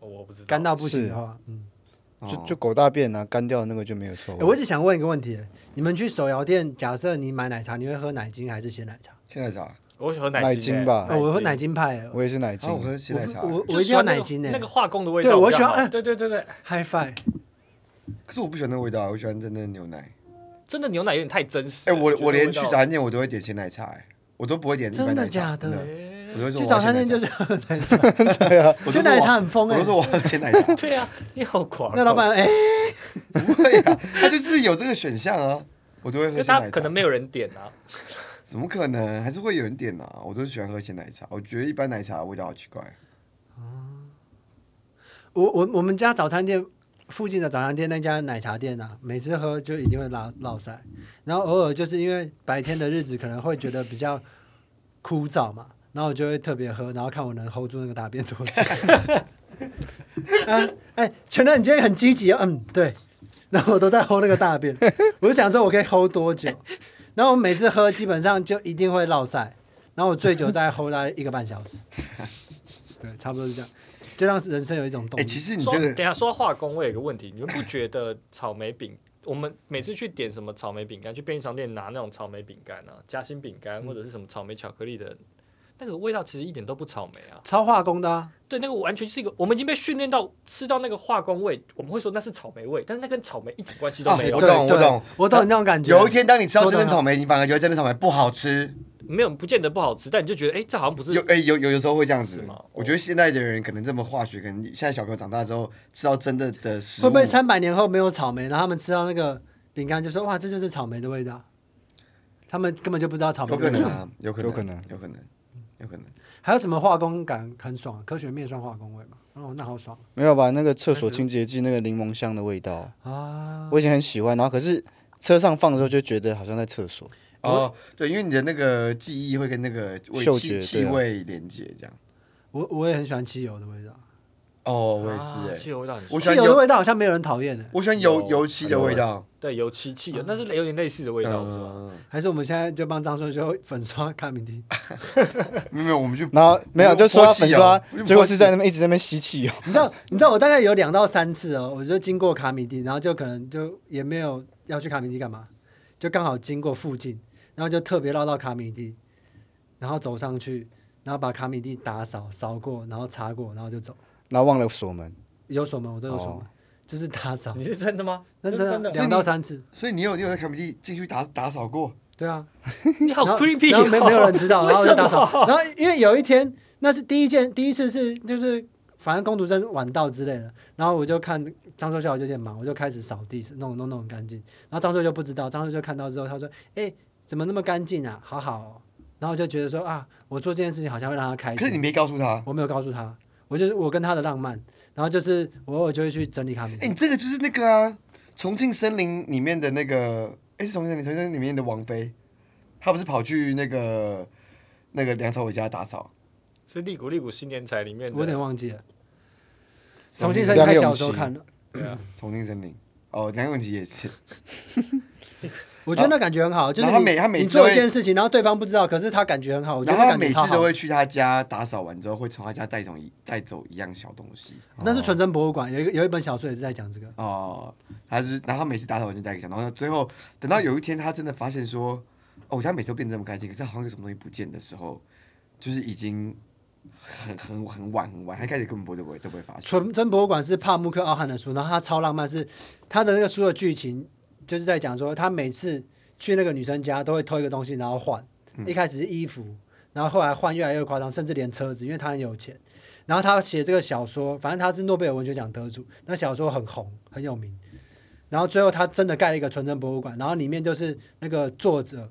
Speaker 1: 哦我不知道。
Speaker 2: 干到不行的话，嗯。
Speaker 3: 哦
Speaker 4: 就就狗大便啊，干掉的那个就没有错
Speaker 2: 欸
Speaker 4: 误。
Speaker 2: 我一直想问一个问题，你们去手摇店，假设你买奶茶，你会喝奶精还是鲜奶茶？
Speaker 3: 现在啥？
Speaker 1: 我喜欢奶
Speaker 4: 奶
Speaker 1: 精
Speaker 4: 精
Speaker 1: 欸
Speaker 4: 吧
Speaker 2: 哦，我喝奶精派欸
Speaker 4: 我也是奶精。
Speaker 3: 啊，我喝鲜奶茶。
Speaker 2: 我
Speaker 1: 就
Speaker 2: 我一定要
Speaker 1: 喜欢那个
Speaker 2: 奶精欸
Speaker 1: 那个化工的味道
Speaker 2: 对
Speaker 1: 比较好。
Speaker 2: 我喜欢哎
Speaker 1: 对对对对，
Speaker 2: ，High Five！
Speaker 3: 可是我不喜欢那个味道，我喜欢真的牛奶。
Speaker 1: 真的牛奶有点太真实
Speaker 3: 哎，
Speaker 1: 了。
Speaker 3: 我
Speaker 1: 就那
Speaker 3: 我连
Speaker 1: 味
Speaker 3: 去
Speaker 1: 道
Speaker 3: 早
Speaker 2: 欸
Speaker 3: 餐店我都会点鲜奶茶，哎，我都不会点一般
Speaker 2: 真的
Speaker 3: 奶茶
Speaker 2: 假的
Speaker 1: 哎
Speaker 3: 我都会说
Speaker 2: 去
Speaker 3: 我
Speaker 2: 早
Speaker 3: 要
Speaker 2: 餐
Speaker 3: 鲜奶
Speaker 2: 店就
Speaker 3: 茶
Speaker 2: 是喝奶茶，
Speaker 3: 我都说
Speaker 2: 鲜奶茶很疯
Speaker 3: 我
Speaker 2: 哎
Speaker 3: 都。说我要鲜奶茶，
Speaker 1: 对啊，你好狂哦。
Speaker 2: 那老板哎，
Speaker 3: 不会啊，他就是有这个选项啊，我都会
Speaker 1: 因
Speaker 3: 喝
Speaker 1: 为
Speaker 3: 鲜奶
Speaker 1: 他
Speaker 3: 茶。
Speaker 1: 可能没有人点啊。
Speaker 3: 怎么可能？还是会有人点啊！我都是喜欢喝鲜奶茶，我觉得一般奶茶的味道好奇怪。
Speaker 2: 我我我们家早餐店附近的早餐店那家奶茶店啊，每次喝就一定会拉落塞，然后偶尔就是因为白天的日子可能会觉得比较枯燥嘛，然后我就会特别喝，然后看我能 hold 住那个大便多久。 啊，哎，全乐，你今天很积极啊，嗯，对，然后我都在 hold 那个大便，我就想说我可以 hold 多久，然后我每次喝基本上就一定会落塞，然后我最久大概 hold 到一个半小时，对，差不多是这样，就让人生有一种动
Speaker 3: 哎、
Speaker 2: 力。
Speaker 3: 其实你
Speaker 1: 说
Speaker 3: 这
Speaker 1: 等一
Speaker 3: 个
Speaker 1: 下说到化工，我有一个问题，你们不觉得草莓饼？我们每次去点什么草莓饼干，去便利商店拿那种草莓饼干啊，夹心饼干或者是什么草莓巧克力的，那个味道其实一点都不草莓啊。
Speaker 2: 超化工的、啊，
Speaker 1: 对，那个完全是一个，我们已经被训练到吃到那个化工味，我们会说那是草莓味，但是那跟草莓一点关系都没有。啊
Speaker 3: 哦我懂
Speaker 2: 对
Speaker 3: 我懂
Speaker 2: 我懂你那种感觉。
Speaker 3: 有一天当你吃到
Speaker 2: 我懂
Speaker 3: 真正草莓，你反而觉得真正草莓不好吃。
Speaker 1: 没有不见得不好吃，但你就觉得哎、这好像不是
Speaker 3: 有哎、有有有时候会这样子
Speaker 1: 是吗，哦
Speaker 3: 我觉得现在的人可能这么化学，可能现在小朋友长大之后吃到真的的食物，
Speaker 2: 会不会三百年后没有草莓，然后他们吃到那个饼干就说哇，这就是草莓的味道？他们根本就不知道草莓
Speaker 3: 有
Speaker 2: 的
Speaker 3: 可
Speaker 2: 味道。
Speaker 3: 能啊，有可能，
Speaker 4: 有可能，
Speaker 3: 有可能，有可能。
Speaker 2: 还有什么化工感很爽？科学面算化工味吗？哦，那好爽
Speaker 4: 没有吧？那个厕所清洁剂那个柠檬香的味道，
Speaker 2: 啊！
Speaker 4: 我以前很喜欢，然后可是车上放的时候就觉得好像在厕所。
Speaker 3: 哦，对，因为你的那个记忆会跟那个味
Speaker 4: 嗅
Speaker 3: 气
Speaker 4: 觉
Speaker 3: 气
Speaker 4: 对啊
Speaker 3: 味连接，这样。
Speaker 2: 我我也很喜欢汽油的味道，
Speaker 3: 哦，我也
Speaker 1: 啊
Speaker 3: 是哎、
Speaker 1: 汽油味道很
Speaker 3: 我喜
Speaker 2: 汽
Speaker 3: 欢
Speaker 2: 油的
Speaker 3: 油，
Speaker 2: 味道好像没有人讨厌的。
Speaker 3: 我喜欢油油漆的味道，
Speaker 1: 对油漆汽油，但是有点类似的味道，是吧？
Speaker 3: 嗯，
Speaker 2: 还是我们现在就帮张顺修粉刷卡米蒂？
Speaker 3: 没有没有，我们去
Speaker 4: 然后没有，就刷粉
Speaker 1: 哦
Speaker 4: 刷
Speaker 3: 泼汽油，
Speaker 4: 结果是在那边一直在那边吸哦汽油。
Speaker 2: 你知道，你知道我大概有两到三次哦，我就经过卡米蒂，然后就可能就也没有要去卡米蒂干嘛，就刚好经过附近，然后就特别绕到卡米蒂，然后走上去，然后把卡米蒂打扫扫过，然后擦过，然后就走。
Speaker 4: 然后忘了锁门，
Speaker 2: 有锁门我都有锁门，
Speaker 4: 哦
Speaker 2: 就是打扫，
Speaker 3: 嗯
Speaker 1: 你是真的吗？
Speaker 2: 认
Speaker 1: 这是真
Speaker 2: 真
Speaker 1: 的
Speaker 2: 的
Speaker 1: 吗，
Speaker 2: 两到三次，
Speaker 3: 所以你有你有在卡米蒂进去打打扫过，
Speaker 2: 对啊，
Speaker 1: 你好
Speaker 2: 然后
Speaker 1: creepy，
Speaker 2: 然后没没有
Speaker 1: 哦
Speaker 2: 人知道，
Speaker 1: 为
Speaker 2: 然后我
Speaker 1: 什
Speaker 2: 就打
Speaker 1: 么？
Speaker 2: 扫。然后因为有一天，那是第一件，第一次是就是反正工读生晚到之类的，然后我就看张硕孝我就有点忙，我就开始扫地弄弄弄很干净。然后张硕就不知道，张硕就看到之后他说：“哎、怎么那么干净啊？好好、哦。”然后我就觉得说啊，我做这件事情好像会让他开
Speaker 3: 可是你
Speaker 2: 心。
Speaker 3: 没告诉他。
Speaker 2: 我没有告诉他，我就是我跟他的浪漫，然后就是我偶尔就会去整理卡米
Speaker 3: 哎、。你这个就是那个啊，重庆森林里面的那个，哎、是重庆森林，重庆森林里面的王菲，她不是跑去那个那个梁朝伟家打扫，
Speaker 1: 是利古利古新年才里面
Speaker 2: 我有点
Speaker 1: 的，
Speaker 2: 忘记了，重
Speaker 3: 重庆
Speaker 2: 庆生
Speaker 4: 梁
Speaker 2: 太
Speaker 4: 咏
Speaker 2: 小的时候
Speaker 4: 琪
Speaker 2: 看了，
Speaker 3: 重庆森林。哦，梁咏琪也是，
Speaker 2: 我觉得那感觉很好，就是
Speaker 3: 然后
Speaker 2: 你
Speaker 3: 他每他每
Speaker 2: 你
Speaker 3: 次都
Speaker 2: 做
Speaker 3: 会
Speaker 2: 一件事情，然后对方不知道，可是他感觉很好，我觉
Speaker 3: 然
Speaker 2: 得那
Speaker 3: 后他
Speaker 2: 感觉
Speaker 3: 每
Speaker 2: 超
Speaker 3: 次
Speaker 2: 好
Speaker 3: 都。会去他家打扫完之后，会从他家带走一带走一样小东西。
Speaker 2: 那是纯真博物馆，有一个有一本小说也是在讲这个。
Speaker 3: 哦，他就是，然后他每次打扫完就带一个小，然后最后等到有一天他真的发现说，哦，我家每次都变得这么干净，可是好像有什么东西不见的时候，就是已经很很很晚很晚，他一开始根本不会都不会都不会发现。
Speaker 2: 纯真博物馆是帕慕克奥汉的书，然后他超浪漫是，他的那个书的剧情就是在讲说，他每次去那个女生家都会偷一个东西，然后换，
Speaker 3: 嗯
Speaker 2: 一开始是衣服，然后后来换越来越夸张，甚至连车子，因为他很有钱。然后他写这个小说，反正他是诺贝尔文学奖得主，那小说很红很有名。然后最后他真的盖了一个纯真博物馆，然后里面就是那个作者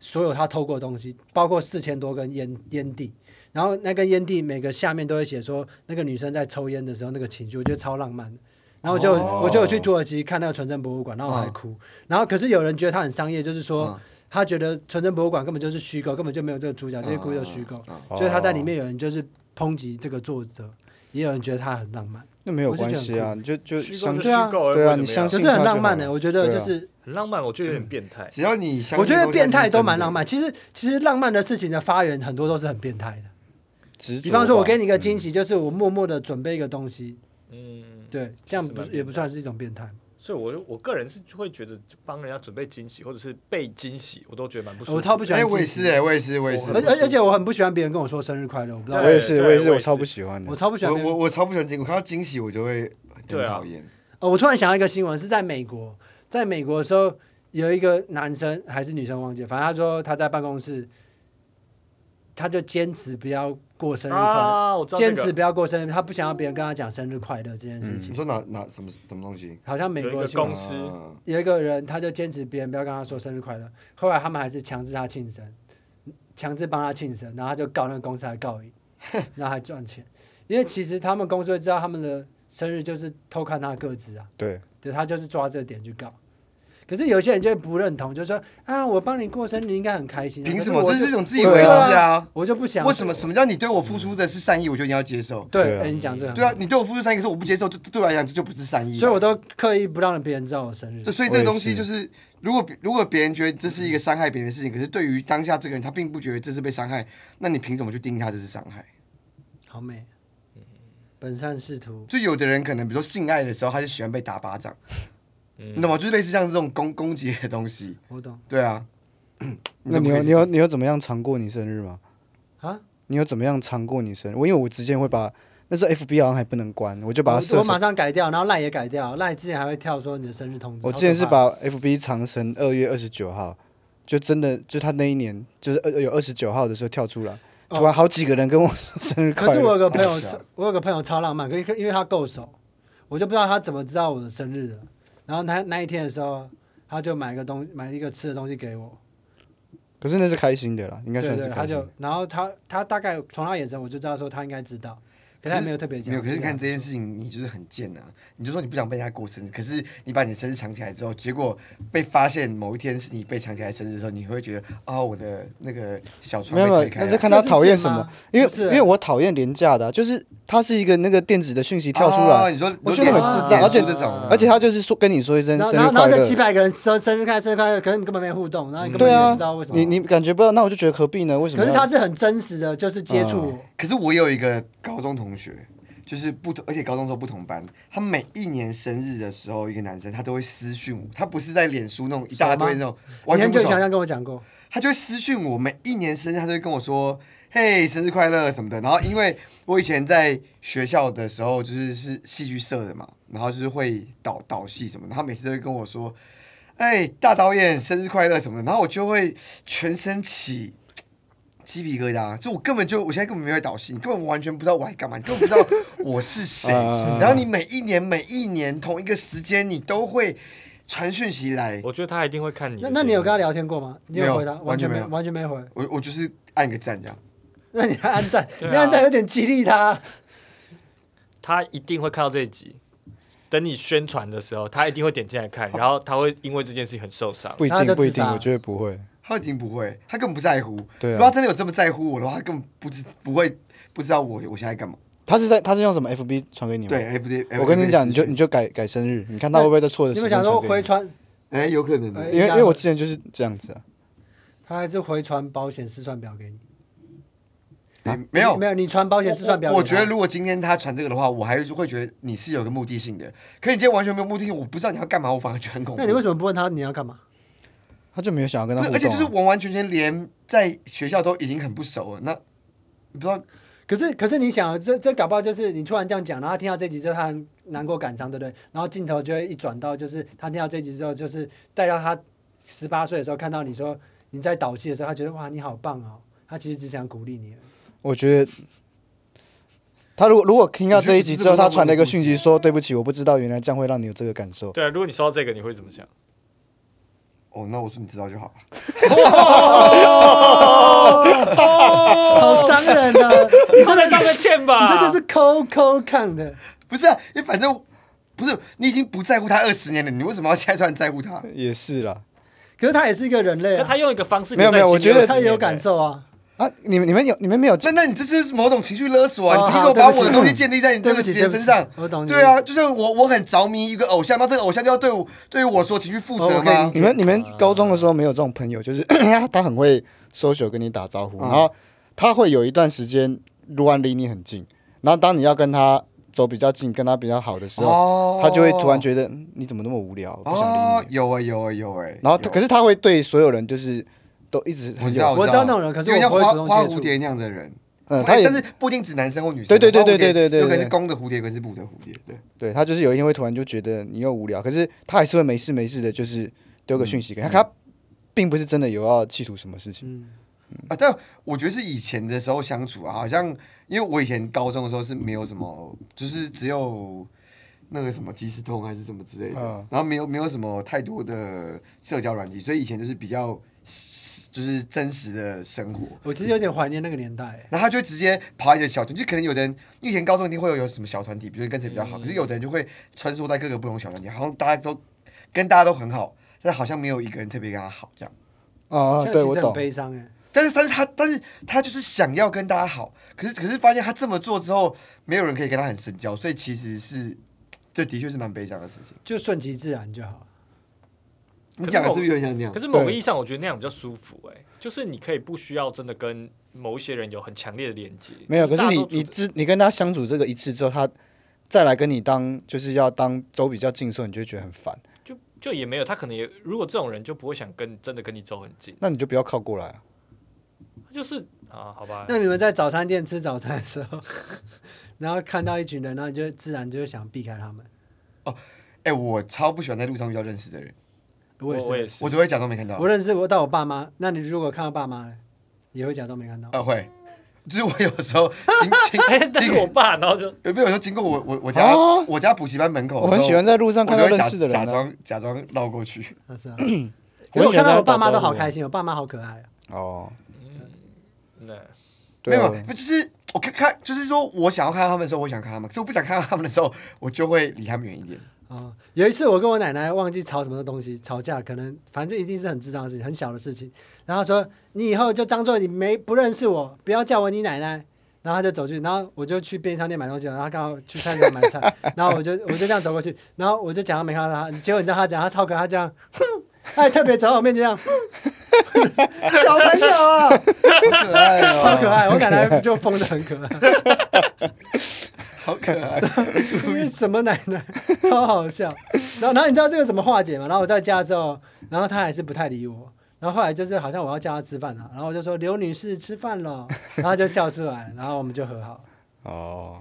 Speaker 2: 所有他偷过的东西，包括四千多根烟烟蒂。然后那根烟蒂每个下面都会写说那个女生在抽烟的时候那个情绪，我觉得超浪漫的。然后我就、
Speaker 3: 哦
Speaker 2: 我就有去土耳其看那个纯真博物馆，然后我还哭。然后可是有人觉得他很商业，就是说、
Speaker 3: 嗯
Speaker 2: 他觉得纯真博物馆根本就是虚构，根本就没有这个主角，这些故事都虚构。
Speaker 1: 啊
Speaker 3: 嗯
Speaker 4: 哦
Speaker 2: 所以他在里面有人就是抨击这个作者，也有人觉得他很浪漫，
Speaker 4: 那没有
Speaker 2: 我就觉
Speaker 4: 关
Speaker 2: 得
Speaker 4: 系啊，
Speaker 2: 很
Speaker 4: 你就就
Speaker 1: 虚
Speaker 4: 相
Speaker 1: 构就
Speaker 2: 对啊
Speaker 1: 虚构而已，
Speaker 4: 对啊
Speaker 1: 不会
Speaker 4: 你
Speaker 1: 怎么
Speaker 4: 相
Speaker 1: 样
Speaker 2: 可
Speaker 4: 信
Speaker 2: 是很浪漫的、欸
Speaker 4: 他就好啊
Speaker 2: 我觉得就是，
Speaker 1: 很浪漫，我觉得有
Speaker 2: 嗯
Speaker 1: 点变态。
Speaker 3: 只要你相信，
Speaker 2: 我觉得变态都蛮浪漫。。其实其实浪漫的事情的发源很多都是很变态的，
Speaker 4: 执着吧。
Speaker 2: 比方说我给你一个惊喜，就是我默默的准备一个东西，
Speaker 1: 嗯，
Speaker 2: 对，这样
Speaker 1: 是
Speaker 2: 不
Speaker 1: 蛮
Speaker 2: 是
Speaker 1: 变态
Speaker 2: 也不算是一种变态。
Speaker 1: 所以我就我个人是会觉得帮人家准备惊喜或者是被惊喜，我都觉得蛮不舒服。
Speaker 2: 我超不喜
Speaker 3: 哎、
Speaker 2: 欢
Speaker 3: 我也
Speaker 2: 惊喜
Speaker 3: 是、哎，我也是，我也是
Speaker 2: 而。而而且我很不喜欢别人跟我说生日快乐，我不知道
Speaker 1: 对
Speaker 2: 为
Speaker 4: 我
Speaker 2: 什
Speaker 4: 也
Speaker 2: 么，
Speaker 4: 是，
Speaker 1: 对
Speaker 4: 我也是，
Speaker 1: 我也
Speaker 4: 我
Speaker 1: 是
Speaker 4: 超不喜欢的
Speaker 2: 我。超不喜欢
Speaker 3: 我
Speaker 2: 别人
Speaker 3: 我我超不喜欢惊，我看到惊喜我就会很
Speaker 1: 对啊
Speaker 3: 讨厌。
Speaker 2: 哦，我突然想到一个新闻，是在美国，在美国的时候，有一个男生还是女生忘记了，反正他说他在办公室，他就坚持不要过生日快乐，
Speaker 1: 啊，我知道这
Speaker 2: 坚
Speaker 1: 个
Speaker 2: 持不要过生日，他不想要别人跟他讲生日快乐这件事情。
Speaker 3: 你说哪哪什么什么东西？
Speaker 2: 好像美
Speaker 1: 嗯有一
Speaker 2: 国
Speaker 1: 个
Speaker 2: 新闻
Speaker 1: 公司
Speaker 3: 啊
Speaker 2: 有一个人，他就坚持别人不要跟他说生日快乐，后来他们还是强制他庆生，强制帮他庆生，然后他就告那个公司还告 赢，然后还赚钱，因为其实他们公司会知道他们的生日就是偷看他个子啊。
Speaker 4: 对，
Speaker 2: 对他就是抓这点去搞。可是有些人就会不认同，就说啊，我帮你过生日，你应该很开心、啊。
Speaker 3: 凭什
Speaker 2: 可
Speaker 3: 么？
Speaker 2: 我
Speaker 3: 这
Speaker 2: 就是
Speaker 3: 一种自以为是啊！
Speaker 2: 我就不想
Speaker 3: 为什么？什么叫你对我付出的是善意，我就一定要接受？
Speaker 2: 对，
Speaker 4: 对啊
Speaker 2: 哎你讲这个很
Speaker 3: 对啊，，你对我付出善意，可是我不接受，对对我来讲这就不是善意啊。
Speaker 2: 所以我都刻意不让别人知道我生日
Speaker 3: 对，。所以这个东西就是，如果如果别人觉得这是一个伤害别人的事情，可是对于当下这个人，他并不觉得这是被伤害，那你凭什么去定义他这是伤害？
Speaker 2: 好美，本善仕途。
Speaker 3: 就有的人可能，比如说性爱的时候，他就喜欢被打巴掌，你懂吗？就是类似像这种攻攻击的东西，
Speaker 2: 我懂
Speaker 3: 对啊。
Speaker 4: 那你有你有你有怎么样尝过你生日吗？
Speaker 2: 啊，
Speaker 4: 你有怎么样尝过你生日？我因为我之前会把那时候 FB 好像还不能关，我就把它
Speaker 2: 我
Speaker 4: 设
Speaker 2: 哦我
Speaker 4: 成
Speaker 2: 马上改掉，然后赖也改掉，赖之前还会跳说你的生日通知。
Speaker 4: 我之前是
Speaker 2: 好可怕
Speaker 4: 把 FB 长成二月二十九号，就真的就他那一年就是二有二十九号的时候跳出来，
Speaker 2: 哦
Speaker 4: 突然好几个人跟我说生日快哎乐。
Speaker 2: 可是我有个朋友
Speaker 3: 是啊，
Speaker 2: 我有个朋友超浪漫，可是因为他够熟，我就不知道他怎么知道我的生日的。然后他那一天的时候，他就买一个东买一个吃的东西给我，
Speaker 4: 可是那是开心的啦，应该
Speaker 2: 对
Speaker 4: 算是
Speaker 2: 对，他
Speaker 4: 开心
Speaker 2: 就
Speaker 4: 的。
Speaker 2: 然后他他大概从他眼神我就知道说他应该知道，可是他也没有特别讲。
Speaker 3: 没有，可是看这件事情，你就是很贱呐、你就说你不想被人家过生日，可是你把你的生日藏起来之后，结果被发现某一天是你被藏起来生日的时候，你会觉得哦，我的那个小
Speaker 4: 没
Speaker 3: 船
Speaker 4: 有
Speaker 3: 被
Speaker 4: 没有
Speaker 3: 推开
Speaker 4: 那是
Speaker 3: 了。
Speaker 4: 看他讨厌什么
Speaker 2: 这是贱吗，
Speaker 4: 因为
Speaker 2: 不是
Speaker 4: 因为我讨厌廉价的啊、就是它是一个那个电子的讯息跳出来，
Speaker 3: 哦、你说
Speaker 4: 我觉得
Speaker 3: 脸
Speaker 4: 很智障
Speaker 3: 脸
Speaker 4: 而且
Speaker 3: 书这种，啊
Speaker 4: 而且他就是说跟你说一声
Speaker 2: 然后
Speaker 4: 生
Speaker 2: 然后
Speaker 4: 日
Speaker 2: 然
Speaker 4: 快
Speaker 2: 后这
Speaker 4: 乐
Speaker 2: 几。百个人说生日快乐生日快乐，可是你根本没互动，然后你根本
Speaker 4: 对
Speaker 2: 也
Speaker 4: 啊
Speaker 2: 不知道为什么。
Speaker 4: 你你感觉不到，那我就觉得何必呢？为什么
Speaker 2: 可
Speaker 4: 要？啊
Speaker 2: 是他是很真实的，就是接触我。
Speaker 3: 可是我有一个高中同学，就是不同，而且高中时候不同班。他每一年生日的时候，一个男生他都会私讯我，他不是在脸书那种一大堆那种完
Speaker 2: 你
Speaker 3: 全
Speaker 2: 很
Speaker 3: 不
Speaker 2: 久以前好
Speaker 3: 熟，
Speaker 2: 像跟我讲过，
Speaker 3: 他就会私讯我。每一年生日，他都会跟我说：“嘿，生日快乐什么的。”然后因为我以前在学校的时候就是是戏剧社的嘛，然后就是会导导戏什么的，他每次都会跟我说：“哎，大导演生日快乐什么的。”然后我就会全身起鸡皮疙瘩，就我根本就我现在根本没有在导戏，你根本完全不知道我来干嘛，你根本不知道我是谁。
Speaker 4: 嗯
Speaker 3: 然后你每一年每一年同一个时间，你都会传讯息来。
Speaker 1: 我觉得他一定会看你
Speaker 2: 那
Speaker 1: 的节目。
Speaker 2: 那你有跟他聊天过吗？你
Speaker 3: 没有
Speaker 2: 回他？
Speaker 3: 完
Speaker 2: 全
Speaker 3: 全没
Speaker 2: 没
Speaker 3: 有
Speaker 2: 完全没回。
Speaker 3: 我我就是按个赞这样，
Speaker 2: 那你还按赞，你
Speaker 1: 对啊
Speaker 2: 按赞有点激励他。
Speaker 1: 他一定会看到这一集。等你宣传的时候，他一定会点进来看，然后他会因为这件事情很受伤。
Speaker 4: 不一
Speaker 2: 他就
Speaker 4: 定，
Speaker 2: 自
Speaker 4: 不一定，
Speaker 2: 杀
Speaker 4: 我觉得不会。
Speaker 3: 他一定不会，他根本不在乎。
Speaker 4: 对啊
Speaker 3: 如果他真的有这么在乎我的话，他根本不知不会不知道我我现在干嘛。
Speaker 4: 他是在他是用什么 FB 传给你吗？
Speaker 3: 对，，哎不对，哎
Speaker 4: 我跟你讲，你就
Speaker 3: 私讯
Speaker 4: 你就改改生日，你看他会不会在错的
Speaker 2: 你
Speaker 4: 时
Speaker 2: 们
Speaker 4: 间
Speaker 2: 想说
Speaker 4: 传给
Speaker 2: 回
Speaker 4: 你？
Speaker 2: 传，
Speaker 3: 哎有可能的
Speaker 2: 哎
Speaker 4: 因为因为我之前就是这样子啊，
Speaker 2: 他还是回传保险试算表给你？
Speaker 3: 哎没有
Speaker 2: 没有，你传保险试算表
Speaker 3: 我
Speaker 2: 给他
Speaker 3: 我觉得如果今天他传这个的话，我还是会觉得你是有个目的性的。可你今天完全没有目的性，我不知道你要干嘛，我反而觉得很恐怖。
Speaker 2: 啊那你为什么不问他你要干嘛？
Speaker 4: 他就没有想要跟他
Speaker 3: 不
Speaker 4: 互
Speaker 3: 是
Speaker 4: 动啊。
Speaker 3: 而且就是完完全全连在学校都已经很不熟了，那不知道
Speaker 2: 可是可是你想，啊这这搞不好就是你突然这样讲，然后他听到这集之后他很难过感伤，对不对？然后镜头就会一转到，就是他听到这集之后，就是带到他十八岁的时候看到你说你在导戏的时候，他觉得哇你好棒哦，他其实只想鼓励你而已。
Speaker 4: 我觉得他如果如果听到这一集之后，他传了一个讯息说：“
Speaker 2: 嗯
Speaker 4: 对不起，我不知道原来这样会让你有这个感受。
Speaker 1: 对啊，如果你收到这个，你会怎么想？
Speaker 3: 哦，那我说你知道就好了。
Speaker 2: 哦好伤人啊！ 你
Speaker 1: 后
Speaker 2: 真
Speaker 1: 来
Speaker 2: 的
Speaker 1: 道个歉吧。
Speaker 2: 你真的是抠抠看的。
Speaker 3: 不是、啊，因为反正不是你已经不在乎他二十年了，你为什么要现在突然在乎他？”
Speaker 4: 也是啦，
Speaker 2: 可是他也是一个人类、
Speaker 1: 那
Speaker 2: 啊，
Speaker 1: 他用一个方式
Speaker 4: 没有没有
Speaker 1: 留在心里
Speaker 4: 我觉得
Speaker 2: 他也有感
Speaker 1: 20年
Speaker 2: 受啊。
Speaker 4: 啊，你们你们有你们没有这
Speaker 3: 那那你这就是某种情绪勒索啊！
Speaker 2: 哦
Speaker 3: 你凭什
Speaker 2: 好
Speaker 3: 么把
Speaker 2: 对不
Speaker 3: 我
Speaker 2: 起嗯
Speaker 3: 的东西建立在你这
Speaker 2: 对
Speaker 3: 个
Speaker 2: 不起
Speaker 3: 别人身上
Speaker 2: 对不？起我懂你的
Speaker 3: 对啊，就是我我很着迷一个偶像，那这个偶像就要对我对于我所情绪负责
Speaker 2: 哦我可以
Speaker 3: 吗
Speaker 2: 理？解
Speaker 4: 你们你们高中的时候没有这种朋友，就是 他他很会 social 跟你打招呼，然后他会有一段时间突然离你很近，然后当你要跟他走比较近，跟他比较好的时候，
Speaker 3: 哦
Speaker 4: 他就会突然觉得嗯你怎么那么无聊，不想理
Speaker 3: 哦
Speaker 4: 你。，
Speaker 3: 有啊有啊有哎、
Speaker 4: 然后他可
Speaker 3: 是
Speaker 4: 是他会对所有人就是都一直
Speaker 3: 我
Speaker 4: 很
Speaker 3: 知道
Speaker 4: 有，
Speaker 2: 我知道那种人可是
Speaker 3: 有
Speaker 2: 我
Speaker 3: 点像
Speaker 2: 不会
Speaker 3: 花
Speaker 2: 主动
Speaker 3: 花
Speaker 2: 接
Speaker 3: 蝴
Speaker 2: 触
Speaker 3: 蝶那样的人，
Speaker 4: 嗯，
Speaker 3: 不
Speaker 4: 他
Speaker 3: 哎
Speaker 4: 也
Speaker 3: 但是不一定指男生或女生，
Speaker 4: 对
Speaker 3: 啊
Speaker 4: 对对
Speaker 3: 花蝴蝶
Speaker 4: 对对对
Speaker 3: 有可能
Speaker 4: 对
Speaker 3: 是公的蝴蝶，有可能是母的蝴蝶，对。
Speaker 4: 对他就是有一天会突然就觉得你又无聊，可是他还是会没事没事的，就是丢
Speaker 2: 嗯
Speaker 4: 个讯息给他，他并不是真的有要企图什么事情。
Speaker 2: 嗯，
Speaker 3: 啊，但我觉得是以前的时候相处啊，好像因为我以前高中的时候是没有什么，就是只有那个什么即时通还是什么之类的，
Speaker 4: 嗯
Speaker 3: 然后没有没有什么太多的社交软体，所以以前就是比较就是真实的生活。
Speaker 2: 我其实有点怀念那个年代、欸
Speaker 3: 然后他就直接跑你的小团，就可能有的人，因为以前高中一定会有有什么小团体，比如跟谁比较好，可是有的人就会穿梭在各个不同的小团体，好像大家都跟大家都很好，但好像没有一个人特别跟他好这样。
Speaker 4: 哦、
Speaker 2: 现在
Speaker 4: 对
Speaker 2: 其
Speaker 4: 我
Speaker 2: 实
Speaker 4: 懂
Speaker 2: 很，悲伤哎、欸
Speaker 3: 但是，但是他，但是他就是想要跟大家好，可是，可是发现他这么做之后，没有人可以跟他很深交，所以其实是，这的确是蛮悲伤的事情。
Speaker 2: 就顺其自然就好。
Speaker 3: 你讲的是不是有点像那样
Speaker 1: 可？是某个意义上，我觉得那样比较舒服、哎，就是你可以不需要真的跟某一些人有很强烈的连接。
Speaker 4: 没有。可是
Speaker 1: 大家
Speaker 4: 你
Speaker 1: 都
Speaker 4: 你
Speaker 1: 处
Speaker 4: 知你跟他相处这个一次之后，他再来跟你当就是要当走比较近的时候，你就会觉得很烦，
Speaker 1: 就就也没有，他可能也如果这种人就不会想跟真的跟你走很近，
Speaker 4: 那你就不要靠过来啊。
Speaker 1: 就是啊，好吧，
Speaker 2: 那你们在早餐店吃早餐的时候， 然后看到一群人，然后你就自然就会想避开他们。
Speaker 3: 哎、我超不喜欢在路上遇到认识的人，
Speaker 2: 我也
Speaker 1: 我也
Speaker 2: 是，
Speaker 1: 是
Speaker 3: 我，都会假装没看到
Speaker 2: 我。认识我到我爸妈，那你如果看到爸妈呢，也会假装没看 到。
Speaker 3: 呃，会，就是我有时候 经经
Speaker 1: 哎， 但是我爸，然后就
Speaker 3: 有没有时候经过我我我家
Speaker 4: 哦
Speaker 3: 我家补习班门口的时
Speaker 4: 我
Speaker 3: 候，
Speaker 4: 很喜欢在路上
Speaker 3: 我
Speaker 4: 看
Speaker 3: 都
Speaker 4: 到
Speaker 3: 会
Speaker 4: 认
Speaker 3: 假
Speaker 4: 识的人、
Speaker 3: 假
Speaker 4: 啊，
Speaker 3: 装假装绕过去。
Speaker 2: 那是啊，
Speaker 4: 我
Speaker 2: 可是
Speaker 4: 很
Speaker 2: 我
Speaker 4: 喜
Speaker 2: 看
Speaker 4: 欢跟
Speaker 2: 到
Speaker 4: 他
Speaker 2: 我爸妈
Speaker 4: 打招
Speaker 2: 都
Speaker 4: 呼
Speaker 2: 好开心，我爸妈好可爱啊。
Speaker 4: 哦，
Speaker 1: 对，
Speaker 3: 没
Speaker 4: 对啊
Speaker 3: 有，没有就是我看看，就是说我想要看到他们的时候，我想看他们；可是我不想看到他们的时候，我就会离他们远一点。
Speaker 2: 哦，有一次我跟我奶奶忘记吵什么东西，吵架，可能反正一定是很智障的事情，很小的事情。然后说你以后就当做你没不认识我，不要叫我你奶奶。然后他就走去，然后我就去便利商店买东西，然后他刚好去菜市场买菜， 然后我就我就这样走过去，然后我就假装没看到他，结果你知道他讲他超可爱，他这样， 哼，他还特别走到我面前这样，哼小朋友啊，
Speaker 3: 好可爱哦，
Speaker 2: 超可爱，我奶奶就疯的很可爱。
Speaker 3: 好可爱。
Speaker 2: 因为 什么奶奶，超好笑。然后，然后你知道这个怎么化解吗？然后我在家之后，然后她还是不太理我。然后后来就是好像我要叫她吃饭啊了，然后我就说刘女士吃饭了，然后她就笑出来，然后我们就和好。
Speaker 4: 哦，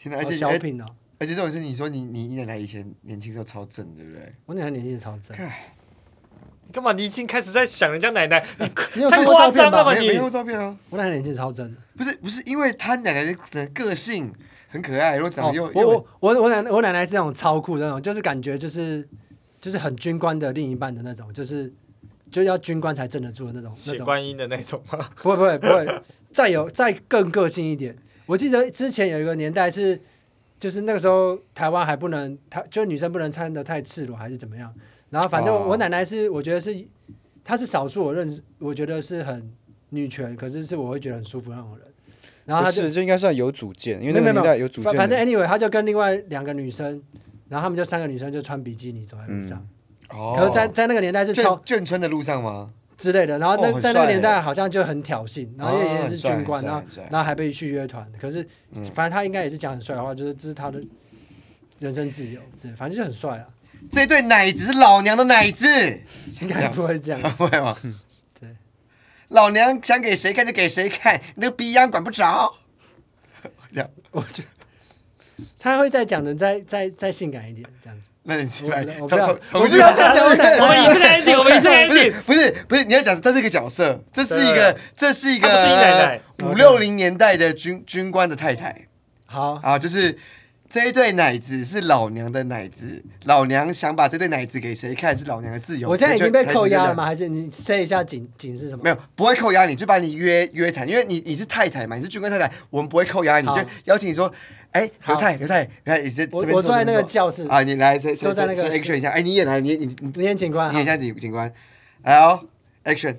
Speaker 3: 天哪，而
Speaker 2: 好
Speaker 3: 且
Speaker 2: 小
Speaker 3: 而
Speaker 2: 品哦，
Speaker 3: 而且这种是你说你你你奶奶以前年轻时候超正，对不对？
Speaker 2: 我奶奶年纪超正，
Speaker 1: 你干嘛？你已经开始在想人家 奶奶，你
Speaker 2: 你有
Speaker 1: 太
Speaker 2: 看过照
Speaker 1: 夸
Speaker 2: 片
Speaker 1: 张了
Speaker 2: 吧
Speaker 1: 吧？
Speaker 3: 没有没
Speaker 1: 你
Speaker 3: 有照片啊，
Speaker 2: 我奶奶年纪超正。
Speaker 3: 不是不是，因为她奶奶的个性很可爱，如果
Speaker 2: 哦
Speaker 3: 长得又
Speaker 2: 我
Speaker 3: 又
Speaker 2: 我我我奶奶我奶奶是那种超酷的那种，就是感觉就是就是很军官的另一半的那种，就是就要军官才镇得住的那种那
Speaker 1: 血
Speaker 2: 种。
Speaker 1: 观音的那种吗？
Speaker 2: 不会不会不会，再有再更个性一点。我记得之前有一个年代是，就是那个时候台湾还不能，台就是女生不能穿的太赤裸还是怎么样。然后反正
Speaker 4: 哦
Speaker 2: 我奶奶是，我觉得是，她是少数我认识，我觉得是很女权，可是是我会觉得很舒服那种人。然后
Speaker 4: 不
Speaker 2: 她就是
Speaker 4: 就应该算有主见，因
Speaker 2: 没
Speaker 4: 为那
Speaker 2: 有
Speaker 4: 个
Speaker 2: 没有
Speaker 4: 年代有主见
Speaker 2: 反
Speaker 4: 的，
Speaker 2: 反正 anyway，她就跟另外两个女生，然后她们就三个女生就穿比基尼走在路上。
Speaker 4: 嗯
Speaker 3: 哦
Speaker 2: 可是在在那个年代是超
Speaker 3: 眷眷村的路上吗？
Speaker 2: 之类的。然后
Speaker 3: 哦
Speaker 2: 那、
Speaker 3: 很
Speaker 2: 在那个
Speaker 3: 帅
Speaker 2: 年
Speaker 3: 欸
Speaker 2: 代好像就很挑衅，然后因为
Speaker 3: 哦
Speaker 2: 爷爷
Speaker 3: 很
Speaker 2: 是
Speaker 3: 帅
Speaker 2: 军
Speaker 3: 很
Speaker 2: 官，
Speaker 3: 帅
Speaker 2: 然后
Speaker 3: 很帅
Speaker 2: 然后还被去约团，可是
Speaker 3: 嗯
Speaker 2: 反正他应该也是讲很帅的话，就是这是他的人身自由之类，反正就很帅啊，
Speaker 3: 这对奶子是老娘的奶子，
Speaker 2: 应该不会这样。
Speaker 3: 不会吗？
Speaker 2: 对，
Speaker 3: 老娘想给谁看就给谁看，你那个逼样管不着。这样，
Speaker 2: 我觉得他会再讲的再再再性感一点这样子。
Speaker 3: 那你是
Speaker 2: 我
Speaker 3: 来
Speaker 2: 我
Speaker 3: 同
Speaker 2: 不要
Speaker 3: 同
Speaker 2: 我
Speaker 3: 同
Speaker 2: 不
Speaker 3: 居
Speaker 2: 要这样讲我奶奶
Speaker 1: 我们以这个 ending，我们以这个 ending。
Speaker 3: 不是不是，你要讲这是一个角色，这是一个这是一
Speaker 1: 她啊不是你奶奶
Speaker 3: 个五六零年代的军军官的太太
Speaker 2: 好，
Speaker 3: 啊，就是这一对奶子是老娘的奶子，老娘想把这对奶子给谁看是老娘的自由。
Speaker 2: 我现在已经被
Speaker 3: 就
Speaker 2: 扣押了吗？？还是你塞一下警警是什么？
Speaker 3: 没有，不会扣押你，就把你约约谈，因为你你是太太嘛，你是军官太太，我们不会扣押你，
Speaker 2: 好
Speaker 3: 就邀请你说，哎、
Speaker 2: 好
Speaker 3: 刘太刘太，刘太，你这这
Speaker 2: 我
Speaker 3: 边
Speaker 2: 我
Speaker 3: 坐
Speaker 2: 坐在那个
Speaker 3: 这边
Speaker 2: 教室
Speaker 3: 坐，啊，你来，这
Speaker 2: 坐在那个
Speaker 3: action 一下，哎、你也来，你你你
Speaker 2: 你演警官
Speaker 3: 你
Speaker 2: 好
Speaker 3: 也，像警警官，来哦，action，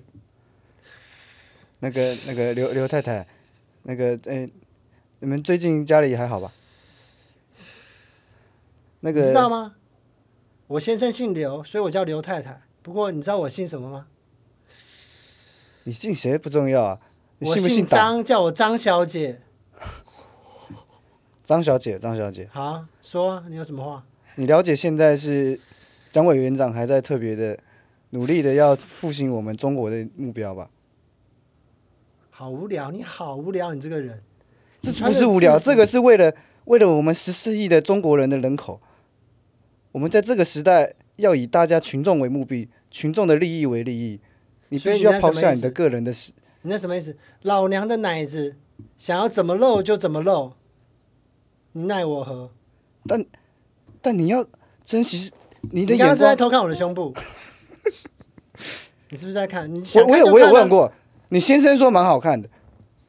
Speaker 4: 那个那个刘刘太太，那个哎，你们最近家里还好吧？那
Speaker 2: 你
Speaker 4: 个
Speaker 2: 知道吗？我先生姓刘，所以我叫刘太太。不过你知道我姓什么吗？
Speaker 4: 你姓谁不重要啊，你
Speaker 2: 我
Speaker 4: 不
Speaker 2: 姓
Speaker 4: 姓党？
Speaker 2: 张，叫我张小姐。
Speaker 4: 张小姐，张小姐，
Speaker 2: 好啊，说啊你有什么话？
Speaker 4: 你了解现在是蒋委员长还在特别的努力的要复兴我们中国的目标吧？
Speaker 2: 好无聊，你好无聊，你这个人。
Speaker 4: 这
Speaker 2: 你穿
Speaker 4: 不
Speaker 2: 着
Speaker 4: 是无聊，
Speaker 2: 制服
Speaker 4: 这个是为了为了我们十四亿的中国人的人口，我们在这个时代要以大家群众为目的，群众的利益为利益，你
Speaker 2: 所以
Speaker 4: 必
Speaker 2: 你
Speaker 4: 须要
Speaker 2: 那
Speaker 4: 抛
Speaker 2: 什么
Speaker 4: 下
Speaker 2: 意
Speaker 4: 你的
Speaker 2: 思
Speaker 4: 个人的事。
Speaker 2: 你那什么意思？老娘的奶子，想要怎么露就怎么露，你奈我何？
Speaker 4: 但你要珍惜你
Speaker 2: 你
Speaker 4: 的
Speaker 2: 刚刚
Speaker 4: 眼
Speaker 2: 是不是在
Speaker 4: 光。
Speaker 2: 偷看我的胸部？你是不是在看？啊你想
Speaker 4: 我我有我有问
Speaker 2: 过，
Speaker 4: 过，你先生说蛮好看的，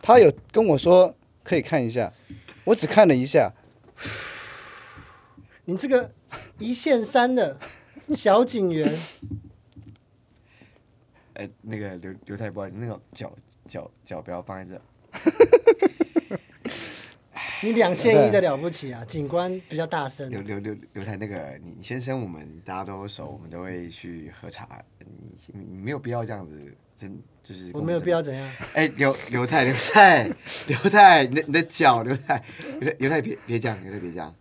Speaker 4: 他有跟我说可以看一下，我只看了一下，
Speaker 2: 你这个一线三的小警员，
Speaker 3: 哎、那个刘刘太不好意思，那个脚脚脚不要放在这，
Speaker 2: 你两线一的了不起啊！警官比较大声
Speaker 3: 刘，刘刘刘太那个你你先生，我们大家都熟，我们都会去喝茶，你你你没有必要这样子，真就是
Speaker 2: 我
Speaker 3: 跟
Speaker 2: 没有
Speaker 3: 争
Speaker 2: 必要怎样。
Speaker 3: 哎、刘刘太，刘太，刘太，你的你的脚，刘太，刘太刘太别别这样，刘太别这样。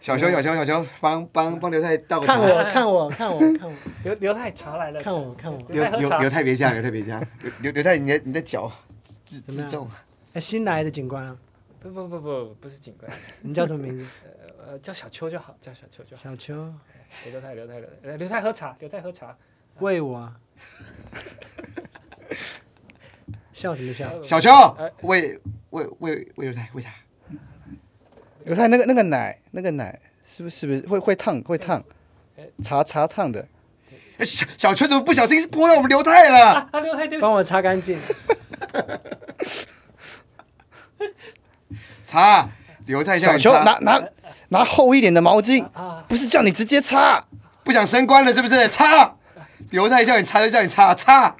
Speaker 3: 小熊，小熊，小熊，帮帮帮刘太倒个茶
Speaker 2: 看。
Speaker 4: 哦
Speaker 2: 我，看 我，看我，看我，
Speaker 1: 刘刘太茶来了，
Speaker 2: 看我，看我。
Speaker 3: 刘刘刘太别这样，刘太别这样。刘刘刘太，你的你的脚自
Speaker 2: 怎么
Speaker 3: 自
Speaker 2: 样
Speaker 3: 重。
Speaker 2: 哎，新来的警官啊，
Speaker 1: 不不不不不是警官，呃
Speaker 2: 你叫什么名字？
Speaker 1: 呃叫小邱就好，叫小邱就好。
Speaker 2: 小邱。
Speaker 1: 刘太刘太刘太刘太喝茶，刘太喝茶，
Speaker 2: 喂我啊！笑什么笑？
Speaker 3: 小秋
Speaker 2: 呃
Speaker 3: 喂喂喂喂刘太喂他，
Speaker 4: 犹太那个那个奶，那个奶是不是是不是会会烫会烫，
Speaker 2: 呃
Speaker 4: 茶茶烫的，
Speaker 3: 哎小小秋怎么不小心泼到我们刘太
Speaker 4: 啊
Speaker 3: 了？
Speaker 1: 他啊刘太对不
Speaker 2: 帮我擦干净。
Speaker 3: 擦，刘
Speaker 2: 哎
Speaker 3: 太叫
Speaker 4: 小
Speaker 3: 你
Speaker 4: 球
Speaker 3: 擦
Speaker 4: 拿拿拿厚一点的毛巾，
Speaker 1: 啊，
Speaker 4: 不是叫你直接擦，
Speaker 3: 不想升官了是不是？擦，刘太叫你擦就叫你擦擦，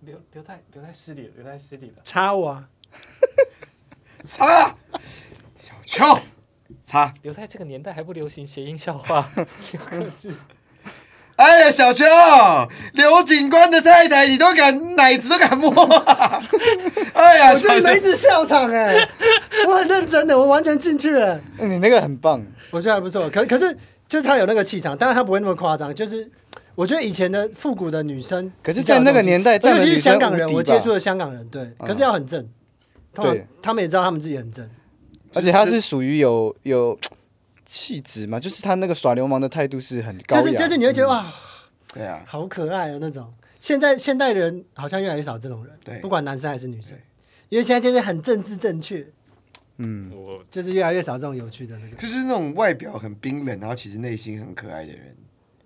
Speaker 1: 刘刘太刘太失礼了，刘太失礼了。
Speaker 2: 插我啊！
Speaker 3: 擦，小秋擦，
Speaker 1: 刘太这个年代还不流行谐音笑话， 有克制。
Speaker 3: 哎呀小秋，刘警官的太太你都敢奶子都 敢摸，哎呀
Speaker 2: 我觉得
Speaker 3: 小
Speaker 2: 你
Speaker 3: 秋
Speaker 2: 们一直笑场哎、 我很认真的，我完全进去了，
Speaker 4: 你那个很棒，
Speaker 2: 我觉得还不错。可可是就是她有那个气场，但是她不会那么夸张。就是我觉得以前的复古的女生，
Speaker 4: 可是在那个年代
Speaker 2: 比较有那种
Speaker 4: 站的
Speaker 2: 尤其
Speaker 4: 女
Speaker 2: 是
Speaker 4: 生
Speaker 2: 香港人，
Speaker 4: 无敌
Speaker 2: 我
Speaker 4: 吧嗯
Speaker 2: 接触的香港人，对，可是要很正。他
Speaker 4: 对
Speaker 2: 们他们也知道他们自己很正，
Speaker 4: 而且他是属于有有气质嘛，就是他那个耍流氓的态度是很高
Speaker 2: 就
Speaker 4: 雅，
Speaker 2: 是就是你会觉得哇，
Speaker 3: 对啊，
Speaker 2: 好可爱哦的那种。现在现代人好像越来越少这种人，
Speaker 3: 对
Speaker 2: 不管男生还是女生，因为现在就是很政治正确，
Speaker 4: 嗯，
Speaker 1: 我
Speaker 2: 就是越来越少这种有趣的那个。
Speaker 3: 就是那种外表很冰冷，然后其实内心很可爱的人，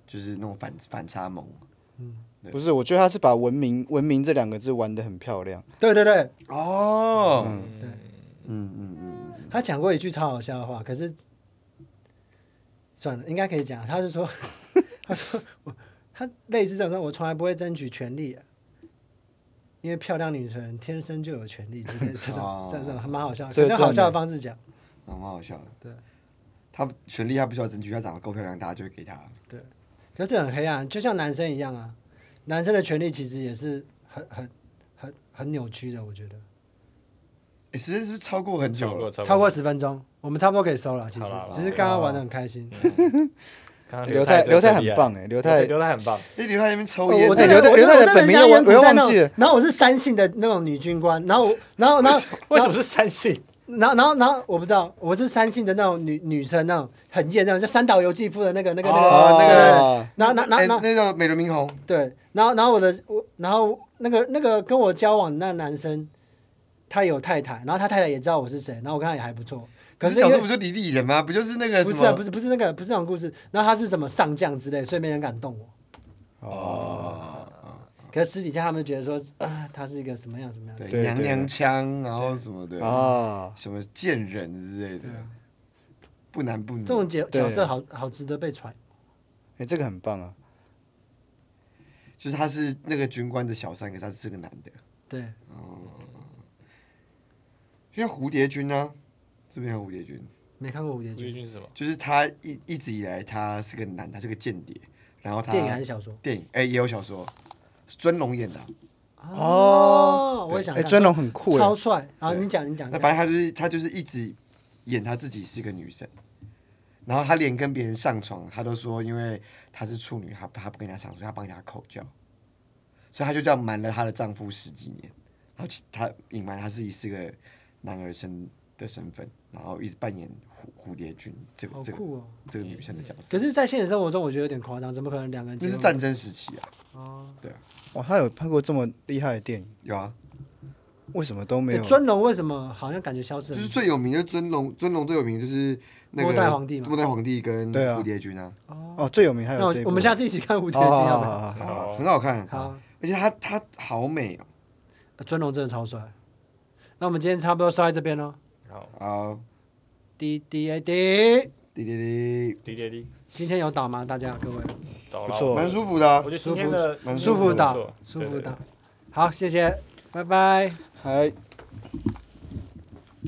Speaker 3: 就是那种反反差萌。
Speaker 4: 不是，我觉得他是把文明文明这两个字玩的很漂亮，
Speaker 2: 对对对，
Speaker 3: 哦，
Speaker 4: 嗯嗯嗯，
Speaker 2: 他讲过一句超好笑的话，可是算了，应该可以讲。他是说， 他说我他类似这种说，我从来不会争取权利、啊，因为漂亮女生天生就有权利之类的这
Speaker 3: 哦
Speaker 2: 种这种还蛮好笑的，
Speaker 4: 这
Speaker 2: 可
Speaker 4: 个
Speaker 2: 是好笑的方式讲，
Speaker 3: 蛮好笑的。
Speaker 2: 对，
Speaker 3: 他权力他不需要争取，他长得够漂亮，大家就会给他。
Speaker 2: 可是这很黑暗，就像男生一样啊，男生的权利其实也是很很很很扭曲的，我觉得
Speaker 3: 诶哎时间是不是超过很久了？
Speaker 1: 超
Speaker 2: 超过十分钟，我们差不多可以收了。其实
Speaker 1: 好啦好啦
Speaker 2: 只是刚刚玩的很开心。
Speaker 1: 刚刚
Speaker 4: 刘太
Speaker 1: 刘
Speaker 4: 刘太
Speaker 1: 厉
Speaker 4: 很
Speaker 1: 害
Speaker 4: 棒哎，刘太
Speaker 1: 刘太很棒，
Speaker 3: 哎，刘太那边抽
Speaker 2: 我
Speaker 3: 烟，
Speaker 2: 哦我
Speaker 4: 在
Speaker 2: 真的
Speaker 4: 刘太
Speaker 2: 我
Speaker 4: 刘太的
Speaker 2: 真
Speaker 4: 本名
Speaker 2: 像
Speaker 4: 我
Speaker 2: 烟
Speaker 4: 我
Speaker 2: 古代
Speaker 4: 忘
Speaker 2: 那种
Speaker 4: 记了
Speaker 2: 然后我是三姓的那种女军官，然后我，然后，然后，
Speaker 1: 为什么是三姓？
Speaker 2: 然后，然后，然后我不知道，我是三姓的那种女女生，那种很艳那种，就三岛由纪夫的那个那个那个。
Speaker 4: 啊
Speaker 3: 哦那个
Speaker 2: 然后，然后，然后
Speaker 3: 诶
Speaker 2: 然后，
Speaker 3: 那个美轮明宏，
Speaker 2: 对，然后，然后我的我，然后那个那个跟我交往的那个男生，他有太太，然后他太太也知道我是谁，然后我跟他也还不错。可
Speaker 3: 可
Speaker 2: 是
Speaker 3: 是小
Speaker 2: 因
Speaker 3: 时
Speaker 2: 为
Speaker 3: 候不就李李人吗？不就是那个
Speaker 2: 不
Speaker 3: 什
Speaker 2: 是啊，
Speaker 3: 么
Speaker 2: 不？是不是那个不是那种故事，然后他是什么上将之类，所以没人敢动我。哦。可是私底下他们觉得说啊、他是一个什么样什么样的。
Speaker 4: 对
Speaker 3: 对，娘
Speaker 4: 对
Speaker 3: 娘
Speaker 4: 对
Speaker 3: 腔，然后什么的，
Speaker 4: 啊，
Speaker 3: 什么贱人之类的，不男不女
Speaker 2: 这。种角
Speaker 4: 对
Speaker 2: 角色好好值得被传。
Speaker 4: 哎，这个很棒啊，
Speaker 3: 就是他是那个军官的小三，可是他是个男的，
Speaker 2: 对，
Speaker 3: 就像蝴蝶君呢，是不是叫蝴蝶君？
Speaker 2: 没看过《蝴蝶
Speaker 1: 吴一
Speaker 2: 君
Speaker 1: 军是什么？
Speaker 3: 就是他一一直以来他是个男的，他是个间谍，然后》他
Speaker 2: 电影还是小说？
Speaker 3: 电影哎、也有小说，是尊龙演的啊、
Speaker 2: 哦，我也想
Speaker 4: 哎，
Speaker 2: 看。
Speaker 4: 尊龙很酷哎
Speaker 2: 超，帅！啊，你讲你讲
Speaker 3: 那，反正他就是他就是一直演他自己是个女生，然后他连跟别人上床，他都说因为他是处女，他他不跟人家上床，他帮人家口交，所以他就这样瞒了她的丈夫十几年，然后其他隐瞒他自己是个男儿身的身份，然后一直扮演蝴蝴蝶君这个
Speaker 2: 好
Speaker 3: 这个
Speaker 2: 酷哦！
Speaker 3: 这个女生的角色
Speaker 2: 可，是，在现实生活中，我觉得有点夸张，怎么可能两个人
Speaker 3: 这
Speaker 2: 结
Speaker 3: 是
Speaker 2: 婚？
Speaker 3: 战争时期啊，
Speaker 2: 哦
Speaker 4: 哇，他有拍过这么厉害的电影，
Speaker 3: 有啊，
Speaker 4: 为什么都没
Speaker 2: 哎
Speaker 4: 有？
Speaker 2: 尊龙为什么好像感觉消失
Speaker 3: 就
Speaker 2: 了？
Speaker 3: 是最有名的尊龙，尊龙最有名就是那个
Speaker 2: 末代皇帝嘛
Speaker 3: 末代皇帝跟
Speaker 4: 对啊
Speaker 3: 蝴蝶君啊，
Speaker 4: 哦，最有名还
Speaker 2: 那
Speaker 4: 有
Speaker 2: 我
Speaker 4: 这一部，哦
Speaker 2: 我们下次一起看《蝴蝶君》
Speaker 4: 好
Speaker 2: 要
Speaker 4: 好
Speaker 2: 不
Speaker 4: 好
Speaker 2: 要？
Speaker 4: 好好
Speaker 1: 好
Speaker 3: 啊很好看，
Speaker 2: 哦好。呃
Speaker 3: 而且他他好美哦。
Speaker 2: 尊龙真的超帅。那我们今天差不多收在这边喽。
Speaker 1: 好，
Speaker 3: 好，
Speaker 2: 滴滴哎滴，
Speaker 3: 啊滴滴滴，
Speaker 1: 滴滴滴，
Speaker 2: 今天有打吗？大家各位，
Speaker 1: 到
Speaker 4: 不
Speaker 1: 了。
Speaker 4: 错
Speaker 3: 蛮舒服的啊、
Speaker 1: 我觉得今天的嗯
Speaker 3: 蛮
Speaker 2: 舒服
Speaker 1: 的
Speaker 2: 打，舒服打。好，谢谢，拜拜。
Speaker 4: 还。